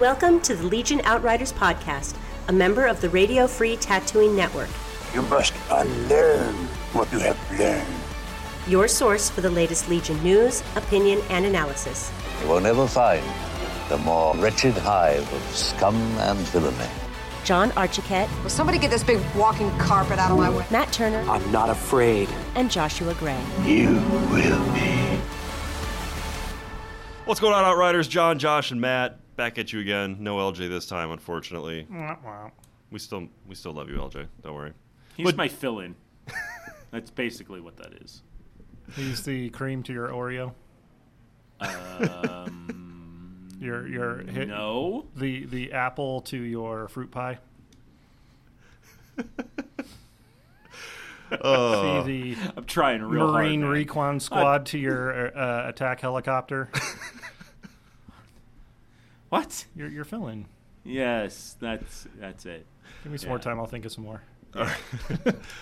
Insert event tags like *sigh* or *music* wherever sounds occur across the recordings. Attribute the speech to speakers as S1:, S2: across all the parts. S1: Welcome to the Legion Outriders podcast, a member of the Radio Free Tattooing Network,
S2: You must unlearn what you have learned.
S1: your source for the latest Legion news, opinion, and analysis.
S3: You will never find the more wretched hive of scum and villainy.
S1: John Archiquette,
S4: Will somebody get this big walking carpet out of my way?
S1: Matt Turner,
S5: I'm not afraid.
S1: and Joshua Gray.
S2: You will be.
S6: What's going on, Outriders? John, Josh, and Matt back at you again. No LJ this time, unfortunately. We still we still love you, LJ. Don't worry.
S7: He's
S8: *laughs*
S7: my fill-in. That's basically what that is.
S8: He's the cream to your Oreo. *laughs* your your hit,
S7: Um, No,
S8: the the apple to your fruit
S7: *laughs*
S8: pie. See the
S7: I'm trying Oh. real
S8: Marine
S7: hard. man.
S8: Recon Squad to your uh, attack helicopter.
S7: What?
S8: You're, you're filling.
S7: Yes, that's that's it.
S8: Give me some
S7: Yeah.
S8: more time. I'll think of some more. *laughs*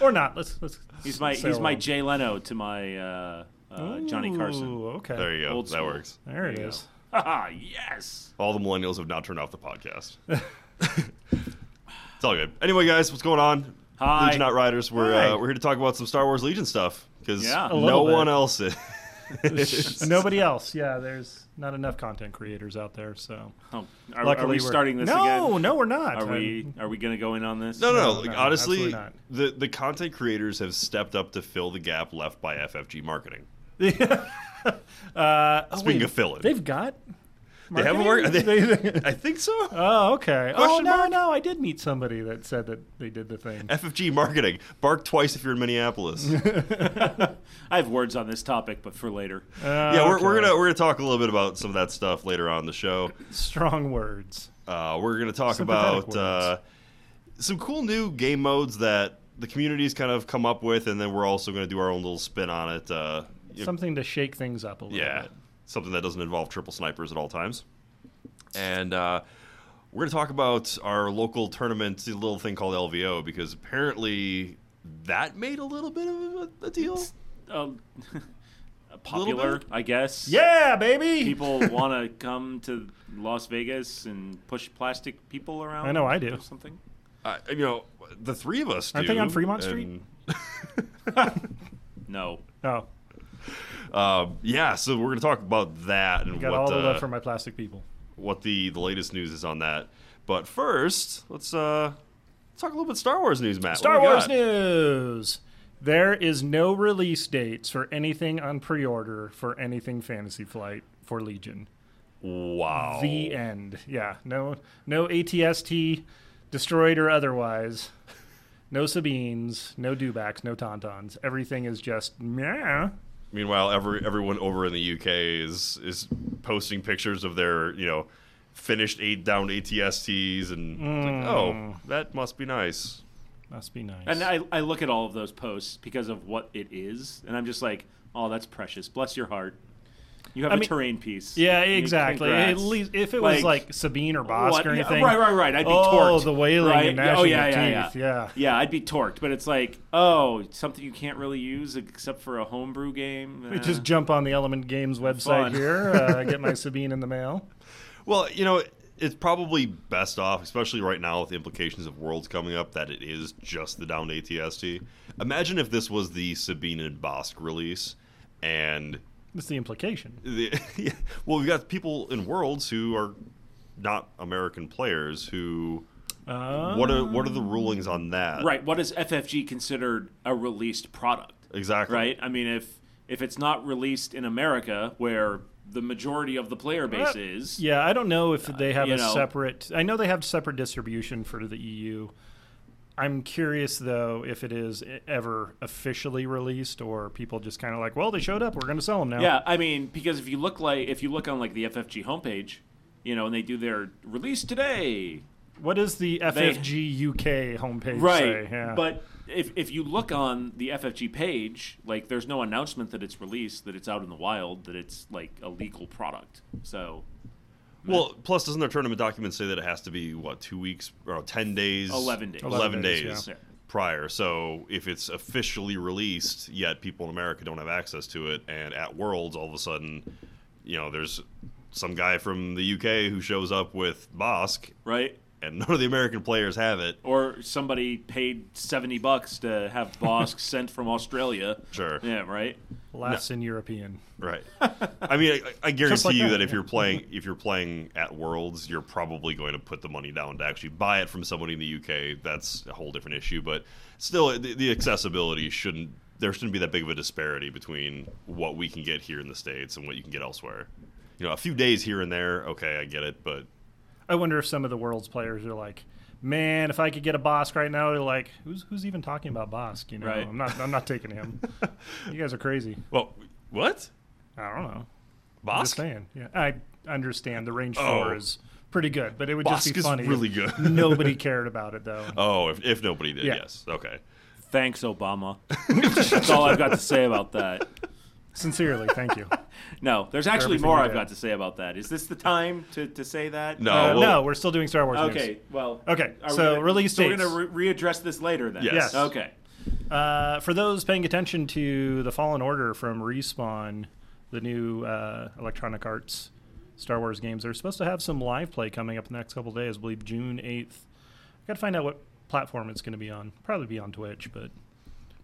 S8: or not. Let's let's.
S7: He's my
S8: sail
S7: he's my
S8: on.
S7: Jay Leno to my uh, uh, Johnny Carson.
S8: Ooh, okay.
S6: There you go.
S7: Old
S6: that
S7: school.
S6: works.
S8: There it
S7: you go.
S8: is.
S7: Ah, yes.
S6: All the millennials have now turned off the podcast. *laughs* it's all good. Anyway, guys, what's going on?
S7: Hi.
S6: Legion Outriders. We're
S8: Hi.
S6: uh, we're here to talk about some Star Wars Legion stuff because
S7: Yeah. A
S6: no
S8: little bit.
S6: one else is.
S8: *laughs* Nobody else. Yeah, there's not enough content creators out there. So
S7: Oh, are, are
S8: luckily
S7: we
S8: we're-
S7: starting this again?
S8: No, no, we're not. I'm-
S7: Are we
S8: *laughs*
S7: are we gonna go in on this?
S6: No, no, no.
S8: No,
S6: like,
S8: no,
S6: honestly,
S8: absolutely not.
S6: the the content creators have stepped up to fill the gap left by FFG marketing.
S8: Oh,
S6: Speaking
S8: wait,
S6: of filling,
S8: They've *laughs* got.
S6: they haven't worked.
S8: marketing?
S6: *laughs* they- I think so.
S8: *laughs* Oh, okay. oh
S6: Question
S8: no,
S6: mark?
S8: no, I did meet somebody that said that they did the thing.
S6: FFG marketing. Bark twice if you're in Minneapolis.
S7: I have words on this topic, but for later.
S6: *laughs*
S8: Uh,
S6: yeah, we're, we're gonna we're gonna talk a little bit about some of that stuff later on in the show.
S8: Strong words.
S6: Uh, we're gonna talk
S8: Sympathetic
S6: about uh, some cool new game modes that the community's kind of come up with, and then we're also gonna do our own little spin on it. Uh, you-
S8: Something to shake things up a little
S6: yeah,
S8: bit.
S6: something that doesn't involve triple snipers at all times. And uh, we're gonna talk about our local tournament, the little thing called LVO, because apparently that made a little bit of a, a deal.
S7: Um, *laughs* popular,
S6: bit?
S7: I guess.
S8: Yeah, baby.
S7: People want to come to Las Vegas and push plastic people around.
S8: I know I do.
S7: Or something.
S6: Uh, you know, the three of us.
S8: Aren't
S6: do,
S8: they on Fremont Street?
S6: and-
S7: No.
S8: Oh,
S6: Um, yeah, so we're going to talk about that and
S8: got
S6: what
S8: all the
S6: uh,
S8: love for my plastic people.
S6: what the, the latest news is on that. But first, let's uh, let's talk a little bit Star Wars news, Matt. What
S8: Star
S6: do we
S8: Wars
S6: got?
S8: news. There is no release dates for anything on pre-order for anything Fantasy Flight for Legion.
S6: Wow.
S8: The
S7: Oh.
S8: end. Yeah. No. No ATST, destroyed or otherwise. No Sabines. No Dubacks. No Tauntauns. Everything is just meh.
S6: Meanwhile, every everyone over in the UK is is posting pictures of their you know finished eight down ATSTs and it's
S8: Mm.
S6: like, oh that must be nice.
S8: Must be nice.
S7: And I, I look at all of those posts because of what it is, and I'm just like, oh, that's precious. Bless your heart. You have
S8: I
S7: a
S8: mean-
S7: terrain piece.
S8: yeah,
S7: I mean,
S8: exactly. At
S7: congrats.
S8: least if it was
S7: Like,
S8: like Sabine or Bosk
S7: what-
S8: or
S7: yeah,
S8: anything.
S7: Right, right, right. I'd be
S8: oh,
S7: torqued.
S8: the wailing
S7: right?
S8: and gnashing
S7: oh, yeah,
S8: of
S7: yeah,
S8: teeth.
S7: Yeah.
S8: Yeah.
S7: yeah, I'd be torqued. But it's like, oh, something you can't really use except for a homebrew game.
S8: We
S7: Eh.
S8: Just jump on the Element Games website
S7: Fun.
S8: here.
S7: *laughs*
S8: Uh, get my Sabine in the mail.
S6: Well, you know, it's probably best off, especially right now with the implications of Worlds coming up, that it is just the downed ATST. Imagine if this was the Sabine and Bosk release, and
S8: That's the implication.
S6: the, *laughs* yeah, well, we've got people in Worlds who are not American players who. what are what are the rulings on that?
S7: Uh, Right. What is FFG considered a released product?
S6: Exactly.
S7: Right. I mean, if if it's not released in America, where the majority of the player base
S8: Uh,
S7: is,
S8: Yeah, I don't know if they have
S7: uh, you
S8: a
S7: know.
S8: separate. I know they have separate distribution for the EU. I'm curious though if it is e- ever officially released or people just kind of like, well, they showed up, we're going to sell them now.
S7: Yeah, I mean, because if you look like if you look on like the FFG homepage, you know, and they do their release today,
S8: What does the FFG UK homepage say? Yeah.
S7: But if if you look on the FFG page, like there's no announcement that it's released, that it's out in the wild, that it's like a legal product. So
S6: Well, plus doesn't their tournament documents say that it has to be what two weeks or ten days?
S7: 11 days.
S6: 11
S8: 11
S6: days,
S8: days,
S7: yeah. Yeah.
S6: prior. So if it's officially released, yet people in America don't have access to it, and at Worlds all of a sudden, you know, there's some guy from the UK who shows up with Bosk,
S7: right?
S6: and none of the American players have it.
S7: Or somebody paid seventy bucks to have
S8: *laughs*
S7: Bosk sent from Australia.
S6: Sure.
S7: Yeah, right.
S8: Less in European.
S6: Right. I mean, I,
S8: *laughs*
S6: I guarantee
S8: like
S6: you
S8: that,
S6: that, if
S8: yeah.
S6: you're playing if you're playing at Worlds, you're probably going to put the money down to actually buy it from somebody in the UK. That's a whole different issue, but still, the, the accessibility shouldn't there shouldn't be that big of a disparity between what we can get here in the states and what you can get elsewhere. You know, a few days here and there, okay, I get it, but
S8: I wonder if some of the world's players are like, man, if I could get a Bosk right now, they're like, who's who's even talking about Bosk? You know,
S7: Right.
S8: I'm not I'm not
S6: *laughs*
S8: taking him. you guys are crazy.
S6: well, what?
S8: I don't know. I'm just
S6: Bosk?
S8: saying. Yeah, I understand the range
S6: Oh.
S8: four is pretty good, but it would just
S6: Bosk
S8: be
S6: is
S8: funny. if
S6: really good. *laughs*
S8: Nobody cared about it though.
S6: Oh, if, if nobody did,
S8: Yeah.
S6: yes. Okay.
S7: Thanks,
S8: *laughs*
S7: Obama. That's all I've got to say about that.
S8: Sincerely, thank you.
S7: No, there's actually
S8: everything
S7: more
S8: you
S7: I've
S8: did.
S7: got to say about that. Is this the time to, to say that?
S6: No. *laughs*
S8: Uh,
S6: well-
S8: no, we're still doing Star Wars. news.
S7: Okay. Well.
S8: Okay,
S7: are we
S8: so
S7: gonna,
S8: release
S7: so
S8: dates.
S7: We're gonna re- readdress this later then.
S6: Yes.
S8: Yes.
S7: Okay.
S8: Uh, for those paying attention to the Fallen Order from Respawn, the new uh, Electronic Arts Star Wars games, they're supposed to have some live play coming up in the next couple days. I believe June eighth. I got to find out what platform it's going to be on. Probably be on Twitch, but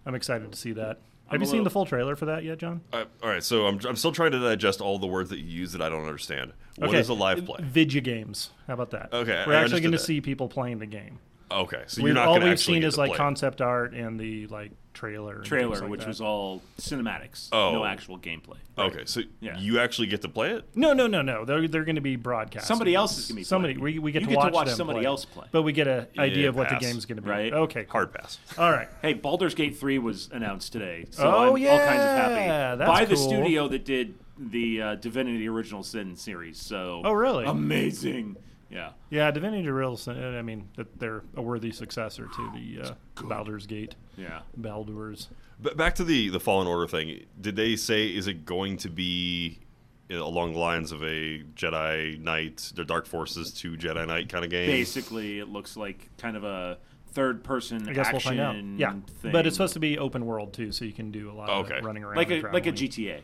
S8: I'm excited to see that. Have you
S7: a
S8: seen
S7: little-
S8: the full trailer for that yet, John?
S6: Uh, all right, so I'm, I'm still trying to digest all the words that you use that I don't understand. What is a
S8: Uh,
S6: live play?
S8: Video games. How about that?
S6: Okay, I
S8: we're actually
S6: understood
S8: going to
S6: that.
S8: see people playing the game.
S6: Okay, so
S8: We've-
S6: you're not
S8: all
S6: going to
S8: we've
S6: actually
S8: seen
S6: get
S8: is
S6: to
S8: like
S6: play.
S8: concept art and the like trailer, and
S7: Trailer,
S8: things like
S7: which
S8: that.
S7: was all cinematics,
S6: Oh.
S7: no actual gameplay.
S6: Okay, so
S7: Yeah.
S6: you actually get to play it.
S8: No, no, no, no. They're they're going to be broadcast.
S7: Somebody else is gonna be
S8: somebody.
S7: playing.
S8: We, we get
S7: You
S8: to
S7: get to
S8: watch,
S7: watch
S8: them
S7: somebody
S8: play.
S7: else play.
S8: but we get an idea of what
S6: pass.
S8: the game's going to be.
S7: Right.
S8: Okay. cool.
S6: Hard pass.
S8: All right.
S7: Hey, Baldur's Gate 3 was announced today, so
S8: Oh,
S7: I'm all kinds of
S8: yeah,
S7: happy.
S8: that's
S7: By the
S8: cool.
S7: studio that did the uh, Divinity Original Sin series, so.
S8: Oh, really?
S7: Amazing. Yeah.
S8: Yeah, Divinity Real. uh, I mean, that they're a worthy successor to the uh, Baldur's Gate.
S7: Yeah.
S8: Baldur's.
S6: But back to the the Fallen Order thing. Did they say is it going to be you know, along the lines of a Jedi Knight, the Dark Forces to Jedi Knight kind of game?
S7: Basically, it looks like kind of a third person
S8: I guess we'll
S7: action
S8: find out. Yeah,
S7: thing.
S8: but it's supposed to be open world too, so you can do a lot
S6: Okay.
S8: of running around.
S7: like a
S8: and
S7: like a uh,
S8: traveling.
S7: GTA.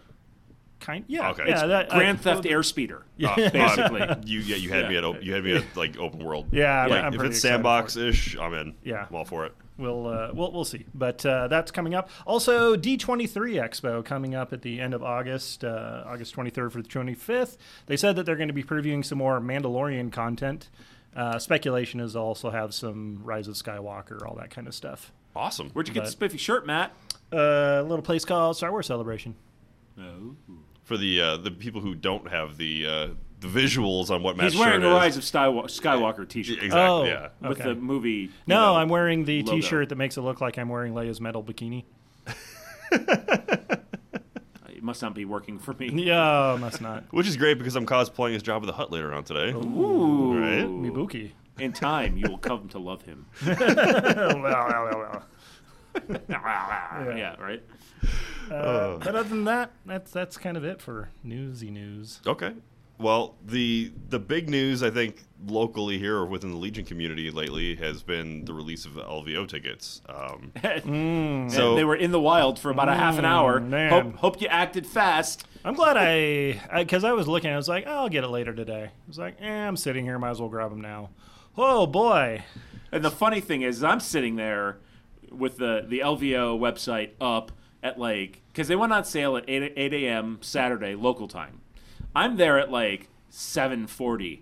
S8: Kind. Yeah.
S6: Okay.
S8: Yeah.
S6: It's
S8: That, I-
S7: Grand Theft Airspeeder.
S8: *laughs*
S6: Uh,
S7: basically.
S6: uh, you yeah, you had me at op- you had me at like open world.
S8: Yeah, I'm-
S6: Like,
S8: I'm
S6: if
S8: pretty
S6: it's
S8: excited for it.
S6: sandbox ish, I'm in.
S8: Yeah.
S6: I'm all for it.
S8: We'll, uh, we'll we'll see, but uh, that's coming up. Also, D23 Expo coming up at the end of August, uh, August 23rd for the 25th. They said that they're going to be previewing some more Mandalorian content. Uh, speculation is they'll also have some Rise of Skywalker, all that kind of stuff.
S6: Awesome.
S7: Where'd you get the spiffy shirt, Matt?
S8: Uh, a little place called Star Wars Celebration.
S7: No.
S6: for the uh, the people who don't have the uh, the visuals on what Matt's
S7: He's wearing
S6: shirt
S7: a
S6: is.
S7: Rise of Skywa- Skywalker t shirt.
S6: Exactly.
S8: Oh.
S6: Yeah.
S7: With
S8: Okay.
S7: the movie. you
S8: No,
S7: know,
S8: I'm wearing the
S7: logo.
S8: T-shirt that makes it look like I'm wearing Leia's metal bikini.
S7: It must not be working for me.
S8: Yeah, must not.
S6: Which is great because I'm cosplaying his job of the Hut later on today.
S7: *laughs* Ooh.
S6: Right?
S7: *laughs*
S8: Mibuki.
S7: In time, you will come to love *laughs* him. yeah. right?
S8: But other than that, that's that's kind of it for newsy news.
S6: Okay. Well, the the big news I think locally here or within the Legion community lately has been the release of LVO tickets. Um, so
S7: they were in the wild for about a half an hour.
S8: man.
S7: Hope, hope you acted fast.
S8: I'm glad I, because I, was looking, I was like, "Oh, I'll get it later today. I was like, eh, I'm sitting here, might as well grab them now. Oh boy,
S7: And the funny thing is, I'm sitting there with the, the LVO website up at like, because they went on sale at 8, 8 a.m. Saturday local time. I'm there at like 7.40.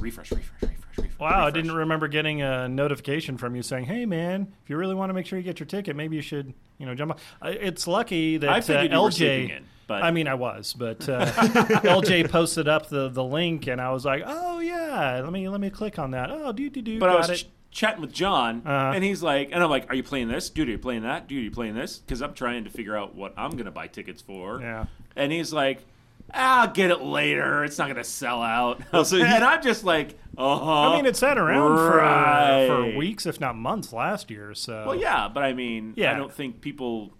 S7: Refresh, refresh, refresh, refresh.
S8: wow! I
S7: refresh.
S8: didn't remember getting a notification from you saying, "Hey man, if you really want to make sure you get your ticket, maybe you should, you know, jump." On. I- It's lucky that
S7: I
S8: uh,
S7: figured you were
S8: LJ.
S7: sleeping in, but-
S8: I mean, I was, but
S7: *laughs*
S8: uh, LJ posted up the, the link, and I was like, "Oh yeah, let me let me click on that." Oh, do do do.
S7: But I
S8: got
S7: was
S8: it. Uh-huh.
S7: ch- chatting with John, and he's like, and I'm like, "Are you playing this, dude? Are you playing that, dude? Are you playing this?" Because I'm trying to figure out what I'm gonna buy tickets for.
S8: Yeah.
S7: And he's like, "I'll get it later. It's not gonna sell out." *laughs*
S6: so he-
S7: and I'm just like, "Uh huh."
S8: I mean, it sat around uh,
S7: right.
S8: for, for weeks, if not months, last year. So
S7: Well, yeah, but I mean, I
S8: Yeah.
S7: don't think people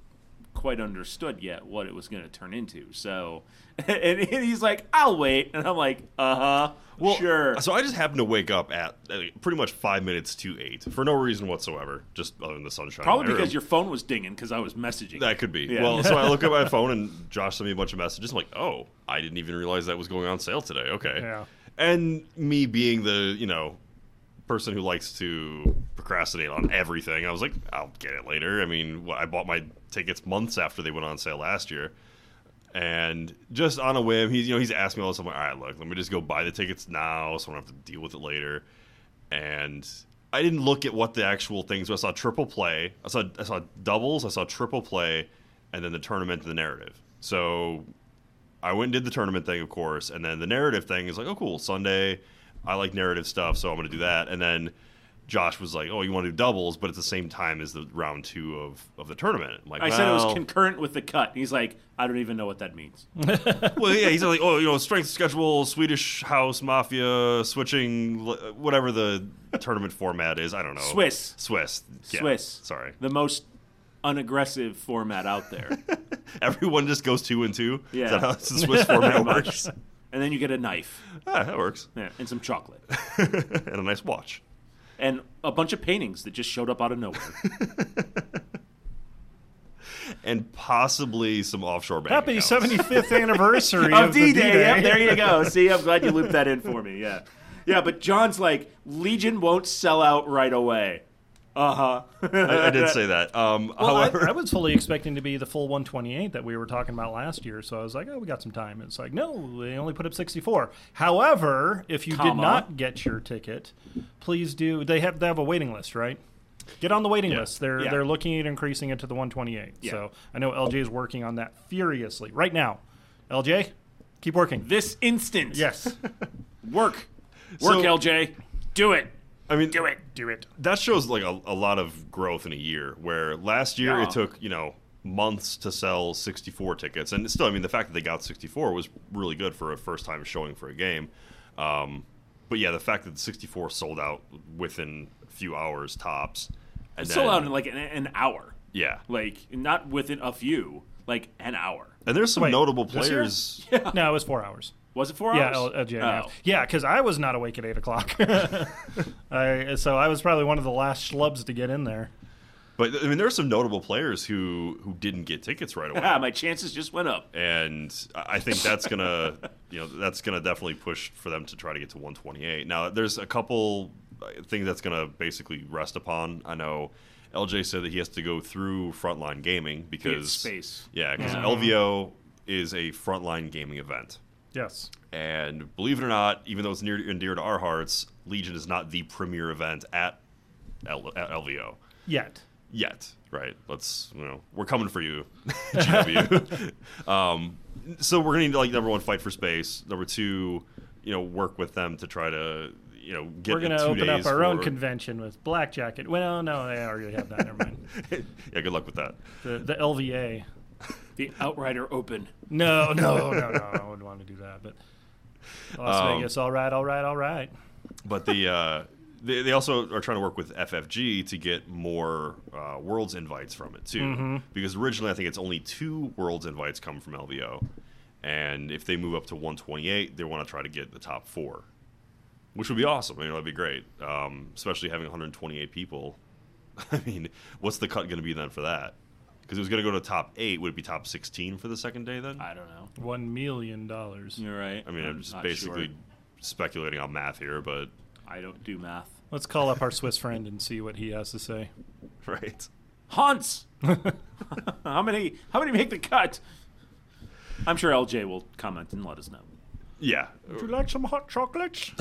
S7: quite understood yet what it was going to turn into. So, *laughs* and, and he's like, "I'll wait," and I'm like, "Uh huh,
S6: Well,
S7: sure."
S6: So I just happened to wake up at uh, pretty much five minutes to eight for no reason whatsoever, just other than the sunshine.
S7: Probably
S6: in my
S7: because
S6: room.
S7: your phone was dinging because I was messaging.
S6: That could be.
S7: Yeah.
S6: Well, so I look at my phone and Josh sent me a bunch of messages. I'm like, oh, I didn't even realize that was going on sale today. Okay.
S8: Yeah.
S6: And me being the, you know, person who likes to procrastinate on everything, I was like, I'll get it later. I mean, wh- I bought my tickets months after they went on sale last year. And just on a whim, he's you know he's asked me all this. I'm like, all right, look, let me just go buy the tickets now, so I don't have to deal with it later. And I didn't look at what the actual things. were. I saw triple play. I saw I saw doubles. I saw triple play, and then the tournament and the narrative. So I went and did the tournament thing, of course, and then the narrative thing is like, oh, cool, Sunday. I like narrative stuff, so I'm going to do that. And then Josh was like, oh, you want to do doubles, but at the same time as the round two of, of the tournament. I'm like,
S7: I said it was
S6: well-
S7: concurrent with the cut. And he's like, "I don't even know what that means."
S6: well, yeah, he's like, oh, you know, strength schedule, Swedish house mafia, switching, l- whatever the tournament format is. I don't know.
S7: Swiss.
S6: Swiss. Yeah,
S7: Swiss.
S6: Sorry.
S7: The most unaggressive format out there.
S6: *laughs* Everyone just goes two and two.
S7: Yeah.
S6: Is that how the
S7: *laughs*
S6: Swiss format works?
S7: and then you get a knife
S6: yeah, that works. *laughs*
S7: yeah, and some chocolate
S6: and a nice watch.
S7: and a bunch of paintings that just showed up out
S6: *laughs*
S7: of nowhere.
S6: And possibly some offshore bank
S8: Happy
S6: accounts.
S7: *laughs*
S8: 75th anniversary
S7: of
S8: of the
S7: D Day.
S8: D-Day.
S7: Yep, there you go.
S6: *laughs*
S7: See, I'm glad you looped that in for me. Yeah. Yeah, but John's like, Legion won't sell out right away. Uh huh.
S6: I, I did say that. Um,
S8: Well, I,
S6: however,
S8: I was fully expecting to be the full 128 that we were talking about last year, so I was like, "Oh, we got some time." It's like, no, they only put up 64. However, if you did
S7: Comma.
S8: not get your ticket, please do. They have they have a waiting list, right? Get on the waiting
S6: Yeah.
S8: list. They're
S7: Yeah.
S8: they're looking at increasing it to the 128. So I know LJ is working on that furiously right now. LJ, keep working.
S7: this instant.
S8: Yes,
S7: Work.
S6: So-
S7: Work, LJ. Do it.
S6: I mean,
S7: *laughs* Do it.
S8: do it.
S6: that shows like a, a lot of growth in a year where last year
S7: Yeah.
S6: it took you know months to sell 64 tickets and still i mean the fact that they got 64 was really good for a first time showing for a game um, but yeah the fact that 64 sold out within a few hours tops and
S7: It sold
S6: then-
S7: out in like an, an hour.
S6: yeah
S7: Like, not within a few, like an hour.
S6: and there's some
S8: Wait,
S6: notable
S8: this year?
S6: players
S8: No, it was four hours.
S7: Was it four
S8: Yeah,
S7: hours?
S8: L- LJ. and a half.
S7: Oh.
S8: Yeah, because I was not awake at eight o'clock. *laughs* I, so I was probably one of the last schlubs to get in there.
S6: but i mean there are some notable players who who didn't get tickets right away
S7: Ah, my chances just went up.
S6: and I I think that's gonna, you know, that's gonna definitely push for them to try to get to 128. Now, there's a couple uh, things that's gonna basically rest upon. I know LJ said that he has to go through Frontline Gaming because
S7: space.
S6: yeah, because LVO is a Frontline Gaming event,
S8: Yes.
S6: and believe it or not, even though it's near and dear to our hearts, Legion is not the premier event at, L- at LVO
S8: Yet.
S6: yet, right? Let's you know we're coming for you, *laughs*
S8: *laughs*
S6: GW. um, so we're gonna need to, like number one fight for space. Number two, you know, work with them to try to you know get
S8: We're going to
S6: two
S8: open up
S6: days
S8: our own
S6: for-
S8: convention with Black Jacket. Well, no, they already have that. Never *laughs* mind.
S6: *laughs* yeah, good luck with that.
S8: The, the LVA.
S7: The Outrider Open.
S8: No, no, no, no. I wouldn't want to do that. But Las Vegas, all right, all right, all right.
S6: But the uh, they, they also are trying to work with FFG to get more uh, worlds invites from it too, because originally I think it's only two worlds invites come from LVO, and if they move up to 128, they want to try to get the top four, which would be awesome. You know, that'd be great, um, especially having 128 people. *laughs* I mean, what's the cut going to be then for that? Because it was going to go to top eight. Would it be top 16 for the second day then?
S7: I don't know.
S8: One million dollars.
S7: You're right.
S6: I mean, I'm, just basically speculating on math here, but *laughs*
S7: I don't do math.
S8: Let's call up our Swiss friend and see what he has to say.
S6: right.
S8: *laughs*
S7: Hans, how many? How many make the cut? I'm sure LJ will comment and let us know.
S6: Yeah,
S8: Would you like some hot *laughs* chocolates?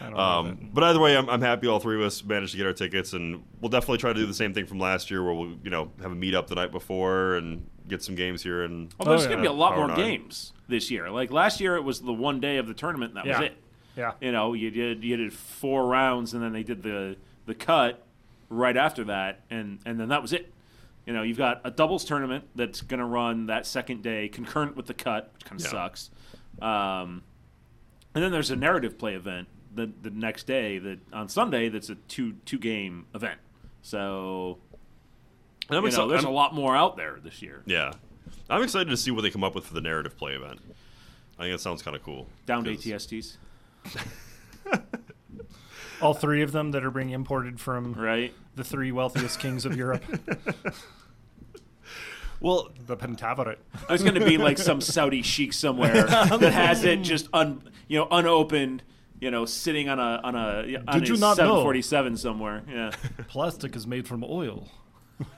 S8: I don't know.
S6: Um, But either way, I'm, I'm happy all three of us managed to get our tickets, and we'll definitely try to do the same thing from last year, where we'll you know have a meetup the night before and get some games here. And
S7: Although there's
S8: Oh, yeah.
S7: going to be a lot
S6: Power
S7: more
S6: nine.
S7: games this year. Like last year, it was the one day of the tournament. And that
S8: Yeah.
S7: was it.
S8: Yeah.
S7: *laughs* You know, you did you did four rounds, and then they did the the cut right after that, and and then that was it. You know, you've got a doubles tournament that's going to run that second day concurrent with the cut, which kind of
S6: Yeah.
S7: sucks. Um, and then there's a narrative play event the the next day that on Sunday that's a two two game event. So
S6: And I'm
S7: You know,
S6: exci-
S7: there's
S6: I'm-
S7: a lot more out there this year.
S6: Yeah, I'm excited to see what they come up with for the narrative play event. I think it sounds kind of cool.
S7: Downed
S6: 'Cause-
S7: ATSTs,
S8: All three of them that are being imported from
S7: right?
S8: the three wealthiest kings of Europe,
S6: Well,
S8: the Pentaveret.
S7: There's going to be like some Saudi
S8: *laughs*
S7: sheik somewhere that has it just un, you know, unopened, you know, sitting on a on a on
S8: Did
S7: a
S8: you not know?
S7: 747 somewhere.
S8: *laughs*
S7: Yeah.
S8: Plastic is made from oil.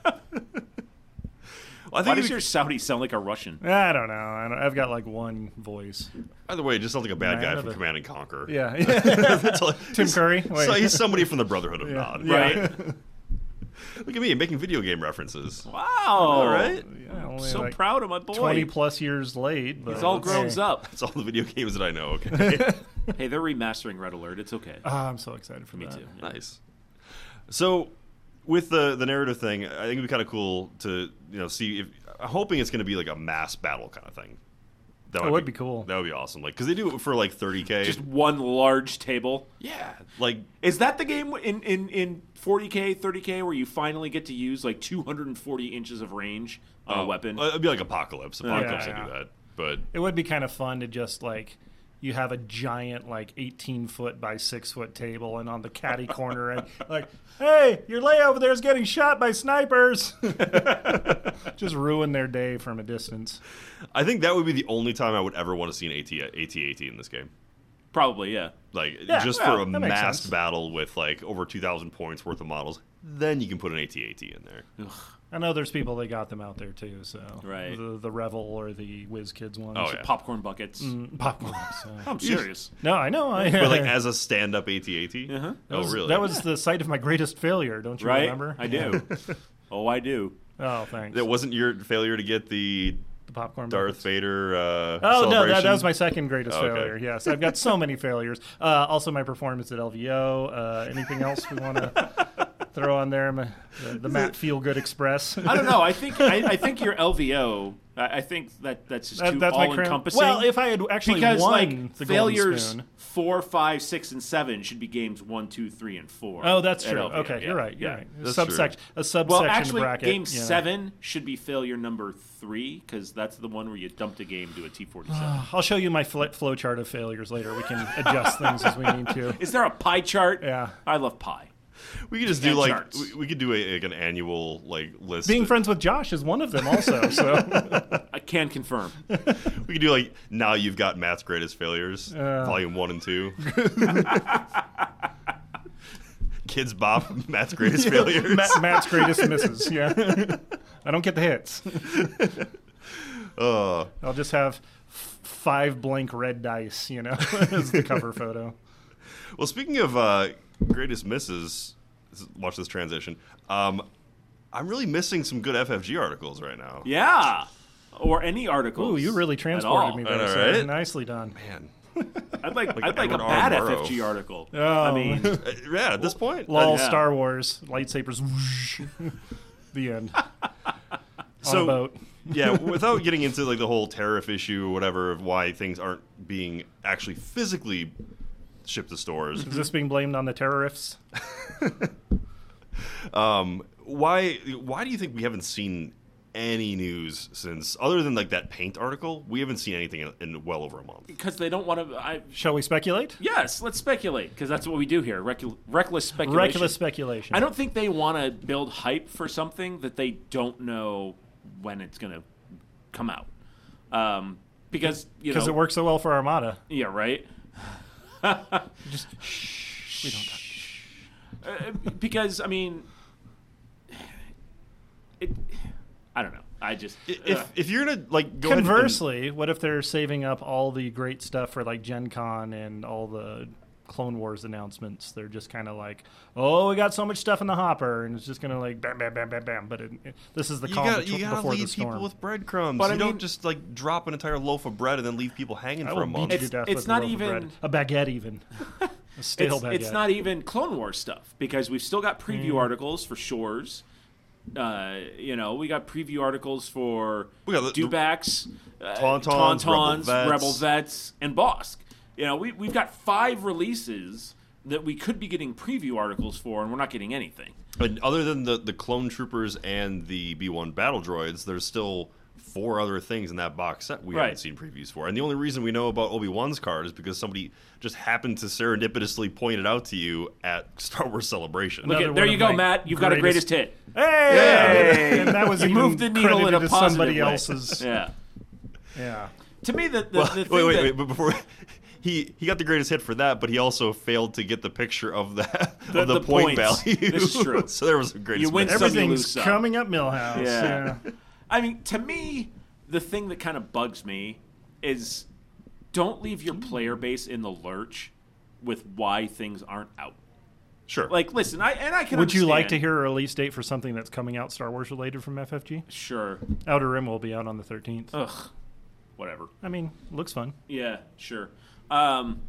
S6: I
S7: Why
S6: think
S7: does
S6: it'd be-
S7: your Saudi sound like a Russian?
S8: I don't know. I don't, I've got like one voice.
S6: either way, it just sounds like a bad
S8: Man
S6: guy
S8: of
S6: from
S8: the-
S6: Command and Conquer. *laughs*
S8: Yeah,
S6: That's all-
S8: *laughs*
S6: *laughs*
S8: Tim Curry. Wait.
S6: So he's somebody from the Brotherhood of
S8: *laughs* Yeah.
S6: Nod,
S8: Yeah.
S6: right?
S8: *laughs*
S6: Look at me making video game references.
S7: Wow.
S6: All right,
S8: Yeah, only
S7: So
S8: like
S7: proud of my boy.
S8: Twenty plus years late. But
S7: He's all
S8: that's-
S7: grown up.
S6: that's all the video games that I know.
S8: *laughs*
S6: Okay,
S7: Hey, they're remastering Red Alert. It's okay.
S8: Ah, I'm so excited for
S7: Me
S8: that.
S7: too.
S6: nice. So, with the the narrative thing, I think it'd be kind of cool to you know see if I'm hoping it's going to be like a mass battle kind of thing. That
S8: would be cool.
S6: That would be awesome. Like because they do it for like 30k.
S7: Just one large table.
S6: yeah, like
S7: Is that the game in, in, in 40k, 30k, where you finally get to use like 240 inches of range on
S6: uh,
S7: a weapon?
S6: It'd be like apocalypse. Apocalypse would
S8: yeah.
S6: do that, but
S8: It would be kind of fun to just like you have a giant like 18 foot by 6 foot table and on the caddy corner and like hey your lay over there is getting shot by snipers *laughs* just ruin their day from a distance
S6: I think that would be the only time I would ever want to see an AT AT-AT in this game.
S7: Probably, yeah.
S6: Like
S8: Yeah,
S6: just
S8: well,
S6: for a
S8: that makes
S6: mass
S8: sense.
S6: battle with like over 2,000 points worth of models, then you can put an AT-AT in there.
S7: Uh-huh.
S8: i know there's people that got them out there too so
S7: Right.
S8: the, the revel or the whiz kids ones *laughs*
S6: Oh, yeah.
S7: Popcorn buckets.
S8: popcorn so.
S7: I'm serious.
S8: no i know i
S6: *laughs* But
S8: *laughs*
S6: like as a stand-up AT-AT.
S7: Uh-huh.
S6: Oh really?
S8: that was the site of my greatest failure don't you
S7: Right?
S8: remember
S7: I do. *laughs* oh, I do.
S8: oh thanks
S6: That wasn't your failure to get the
S8: the popcorn
S6: Darth
S8: buckets.
S6: Vader. Uh,
S8: Oh no, that,
S6: celebration?
S8: that was my second greatest
S6: Oh, okay.
S8: failure. Yes, I've got so
S7: *laughs*
S8: many failures. Uh, also, my performance at LVO. Uh, anything else we want
S7: *laughs*
S8: to throw on there? My, the the Matt Feel Good Express.
S7: *laughs* I don't know. I think I, I think your LVO. I, I think that that's just
S8: That-
S7: too
S8: that's my
S7: all
S8: crown-
S7: encompassing.
S8: Well, if I had actually
S7: because
S8: won
S7: like
S8: the Golden
S7: failures
S8: Spoon.
S7: four, five, six, and seven should be games one, two, three, and four.
S8: Oh, that's
S7: at
S8: true.
S7: LVO.
S8: Okay,
S7: Yeah,
S8: you're right. You're
S7: yeah.
S8: right. A
S6: That's
S8: subsection, a subsection
S7: Well, actually,
S8: bracket.
S7: game
S8: you know.
S7: seven should be failure number three because that's the one where you dumped a game to a T forty
S8: *sighs*
S7: seven.
S8: I'll show you my fl- flow chart of failures later. We
S7: *laughs*
S8: can adjust things as we need to.
S7: Is there a pie chart?
S8: Yeah.
S7: I love pie.
S6: We could just do
S7: And
S6: like
S7: charts.
S6: we, we could do a, like an annual like list.
S8: Being friends with Josh is one of them, also.
S7: *laughs*
S8: So
S7: I can confirm.
S6: we could do like now you've got Matt's greatest failures,
S8: Uh.
S6: volume one and
S8: *laughs*
S6: two. Kids Bop, *laughs* Matt's greatest failures.
S8: Matt, Matt's greatest misses.
S7: *laughs*
S8: Yeah, I don't get the hits.
S6: Uh,
S8: I'll just have f- five blank red dice, you know, *laughs* as the cover photo.
S6: Well, speaking of uh, greatest misses, this- watch this transition. Um, I'm really missing some good FFG articles right now.
S7: Yeah. Or any
S8: *laughs*
S7: articles.
S8: Ooh, you really
S7: at all.
S8: transported me there.
S6: All
S8: sir.
S6: right.
S8: Nicely done.
S6: Man,
S7: I'd like,
S6: Like
S7: I'd like a
S6: Edward R.
S7: bad
S6: Murrow.
S8: *laughs*
S7: FFG article.
S8: Oh.
S7: I mean,
S6: Uh, yeah. At this point, uh,
S8: Lol,
S7: Yeah.
S8: Star Wars, lightsabers, whoosh. *laughs* the *laughs* end.
S6: so
S8: On a boat.
S6: *laughs* yeah. Without getting into like the whole tariff issue or whatever of why things aren't being actually physically shipped to stores,
S8: Is this being blamed on the terrorists?
S6: um, why why do you think we haven't seen any news since other than like that paint article? We haven't seen anything in, in well over a month.
S7: because they don't want to. I
S8: Shall we speculate?
S7: Yes, let's speculate because that's what we do here. Recul- reckless speculation.
S8: Reckless speculation.
S7: I don't think they want to build hype for something that they don't know when it's going to come out. Um, because you know,
S8: because it worked so well for Armada.
S7: Yeah, right.
S8: *sighs* Just we don't. Talk.
S7: Uh, Because I mean, it. I don't know. I just uh,
S6: If,
S7: ugh.
S6: if you're gonna like go ahead and-
S8: Conversely, what if they're saving up all the great stuff for like Gen Con and all the Clone Wars announcements? They're just kind of like, oh, we got so much stuff in the hopper, and it's just gonna like bam, bam, bam, bam, bam. But it, it- this is the
S6: You
S8: calm
S6: gotta,
S8: betw-
S6: you gotta
S8: before the
S6: leave
S8: storm.
S6: people with breadcrumbs.
S7: But I
S6: you
S7: mean-
S6: don't just like drop an entire loaf of bread and then leave people hanging
S8: I
S6: for
S8: will
S6: a month.
S8: beat you
S7: It's-
S8: to death
S7: it's
S8: with a
S7: not
S8: loaf of
S7: even-
S8: bread. a baguette, even
S7: *laughs*
S8: a stale
S7: it's,
S8: baguette.
S7: it's not even Clone Wars stuff because we've still got preview
S8: Mm.
S7: articles for Shores. Uh, you know, we got preview articles for
S6: We got the- the-
S7: Dubacks, uh,
S6: Tauntauns, Rebel
S7: Tauntauns,
S6: Vets.
S7: Rebel Vets, and Bosk. You know, we, we've got five releases that we could be getting preview articles for, and we're not getting anything.
S6: But other than the, the clone troopers and the B one battle droids, there's still four other things in that box set we haven't
S7: Right.
S6: seen previews for. And the only reason we know about Obi Wan's card is because somebody just happened to serendipitously point it out to you at *laughs* Star Wars Celebration.
S8: Look
S7: Okay,
S8: Another
S7: there
S8: one
S7: you
S8: of
S7: go,
S8: my
S7: Matt. You've got a
S8: greatest-
S7: greatest hit.
S8: Hey! *laughs* And that was
S7: You
S8: even
S7: moved the needle in
S8: credited
S7: a
S8: to
S7: positive
S8: somebody
S7: way.
S8: else's.
S7: *laughs* Yeah.
S8: yeah.
S7: To me, the, the,
S6: Well,
S7: the
S6: wait,
S7: thing
S6: wait,
S7: that-
S6: wait. But before *laughs* he he got the greatest hit for that, but he also failed to get the picture of the of the,
S7: the
S6: point
S7: points.
S6: value.
S7: This is true.
S6: *laughs* so there was a greatest.
S7: You win
S6: miss.
S7: some, you
S8: Everything's
S7: lose some.
S8: coming up, Millhouse.
S7: Yeah.
S8: Yeah.
S7: *laughs* I mean, to me, the thing that kind of bugs me is don't leave your player base in the lurch with why things aren't out.
S6: Sure.
S7: Like, listen, I and I can.
S8: Would you like to
S7: understand-
S8: hear a release date for something that's coming out Star Wars related from FFG?
S7: Sure.
S8: Outer Rim will be out on the 13th.
S7: Ugh. Whatever.
S8: I mean, looks fun.
S7: Yeah. Sure. Um.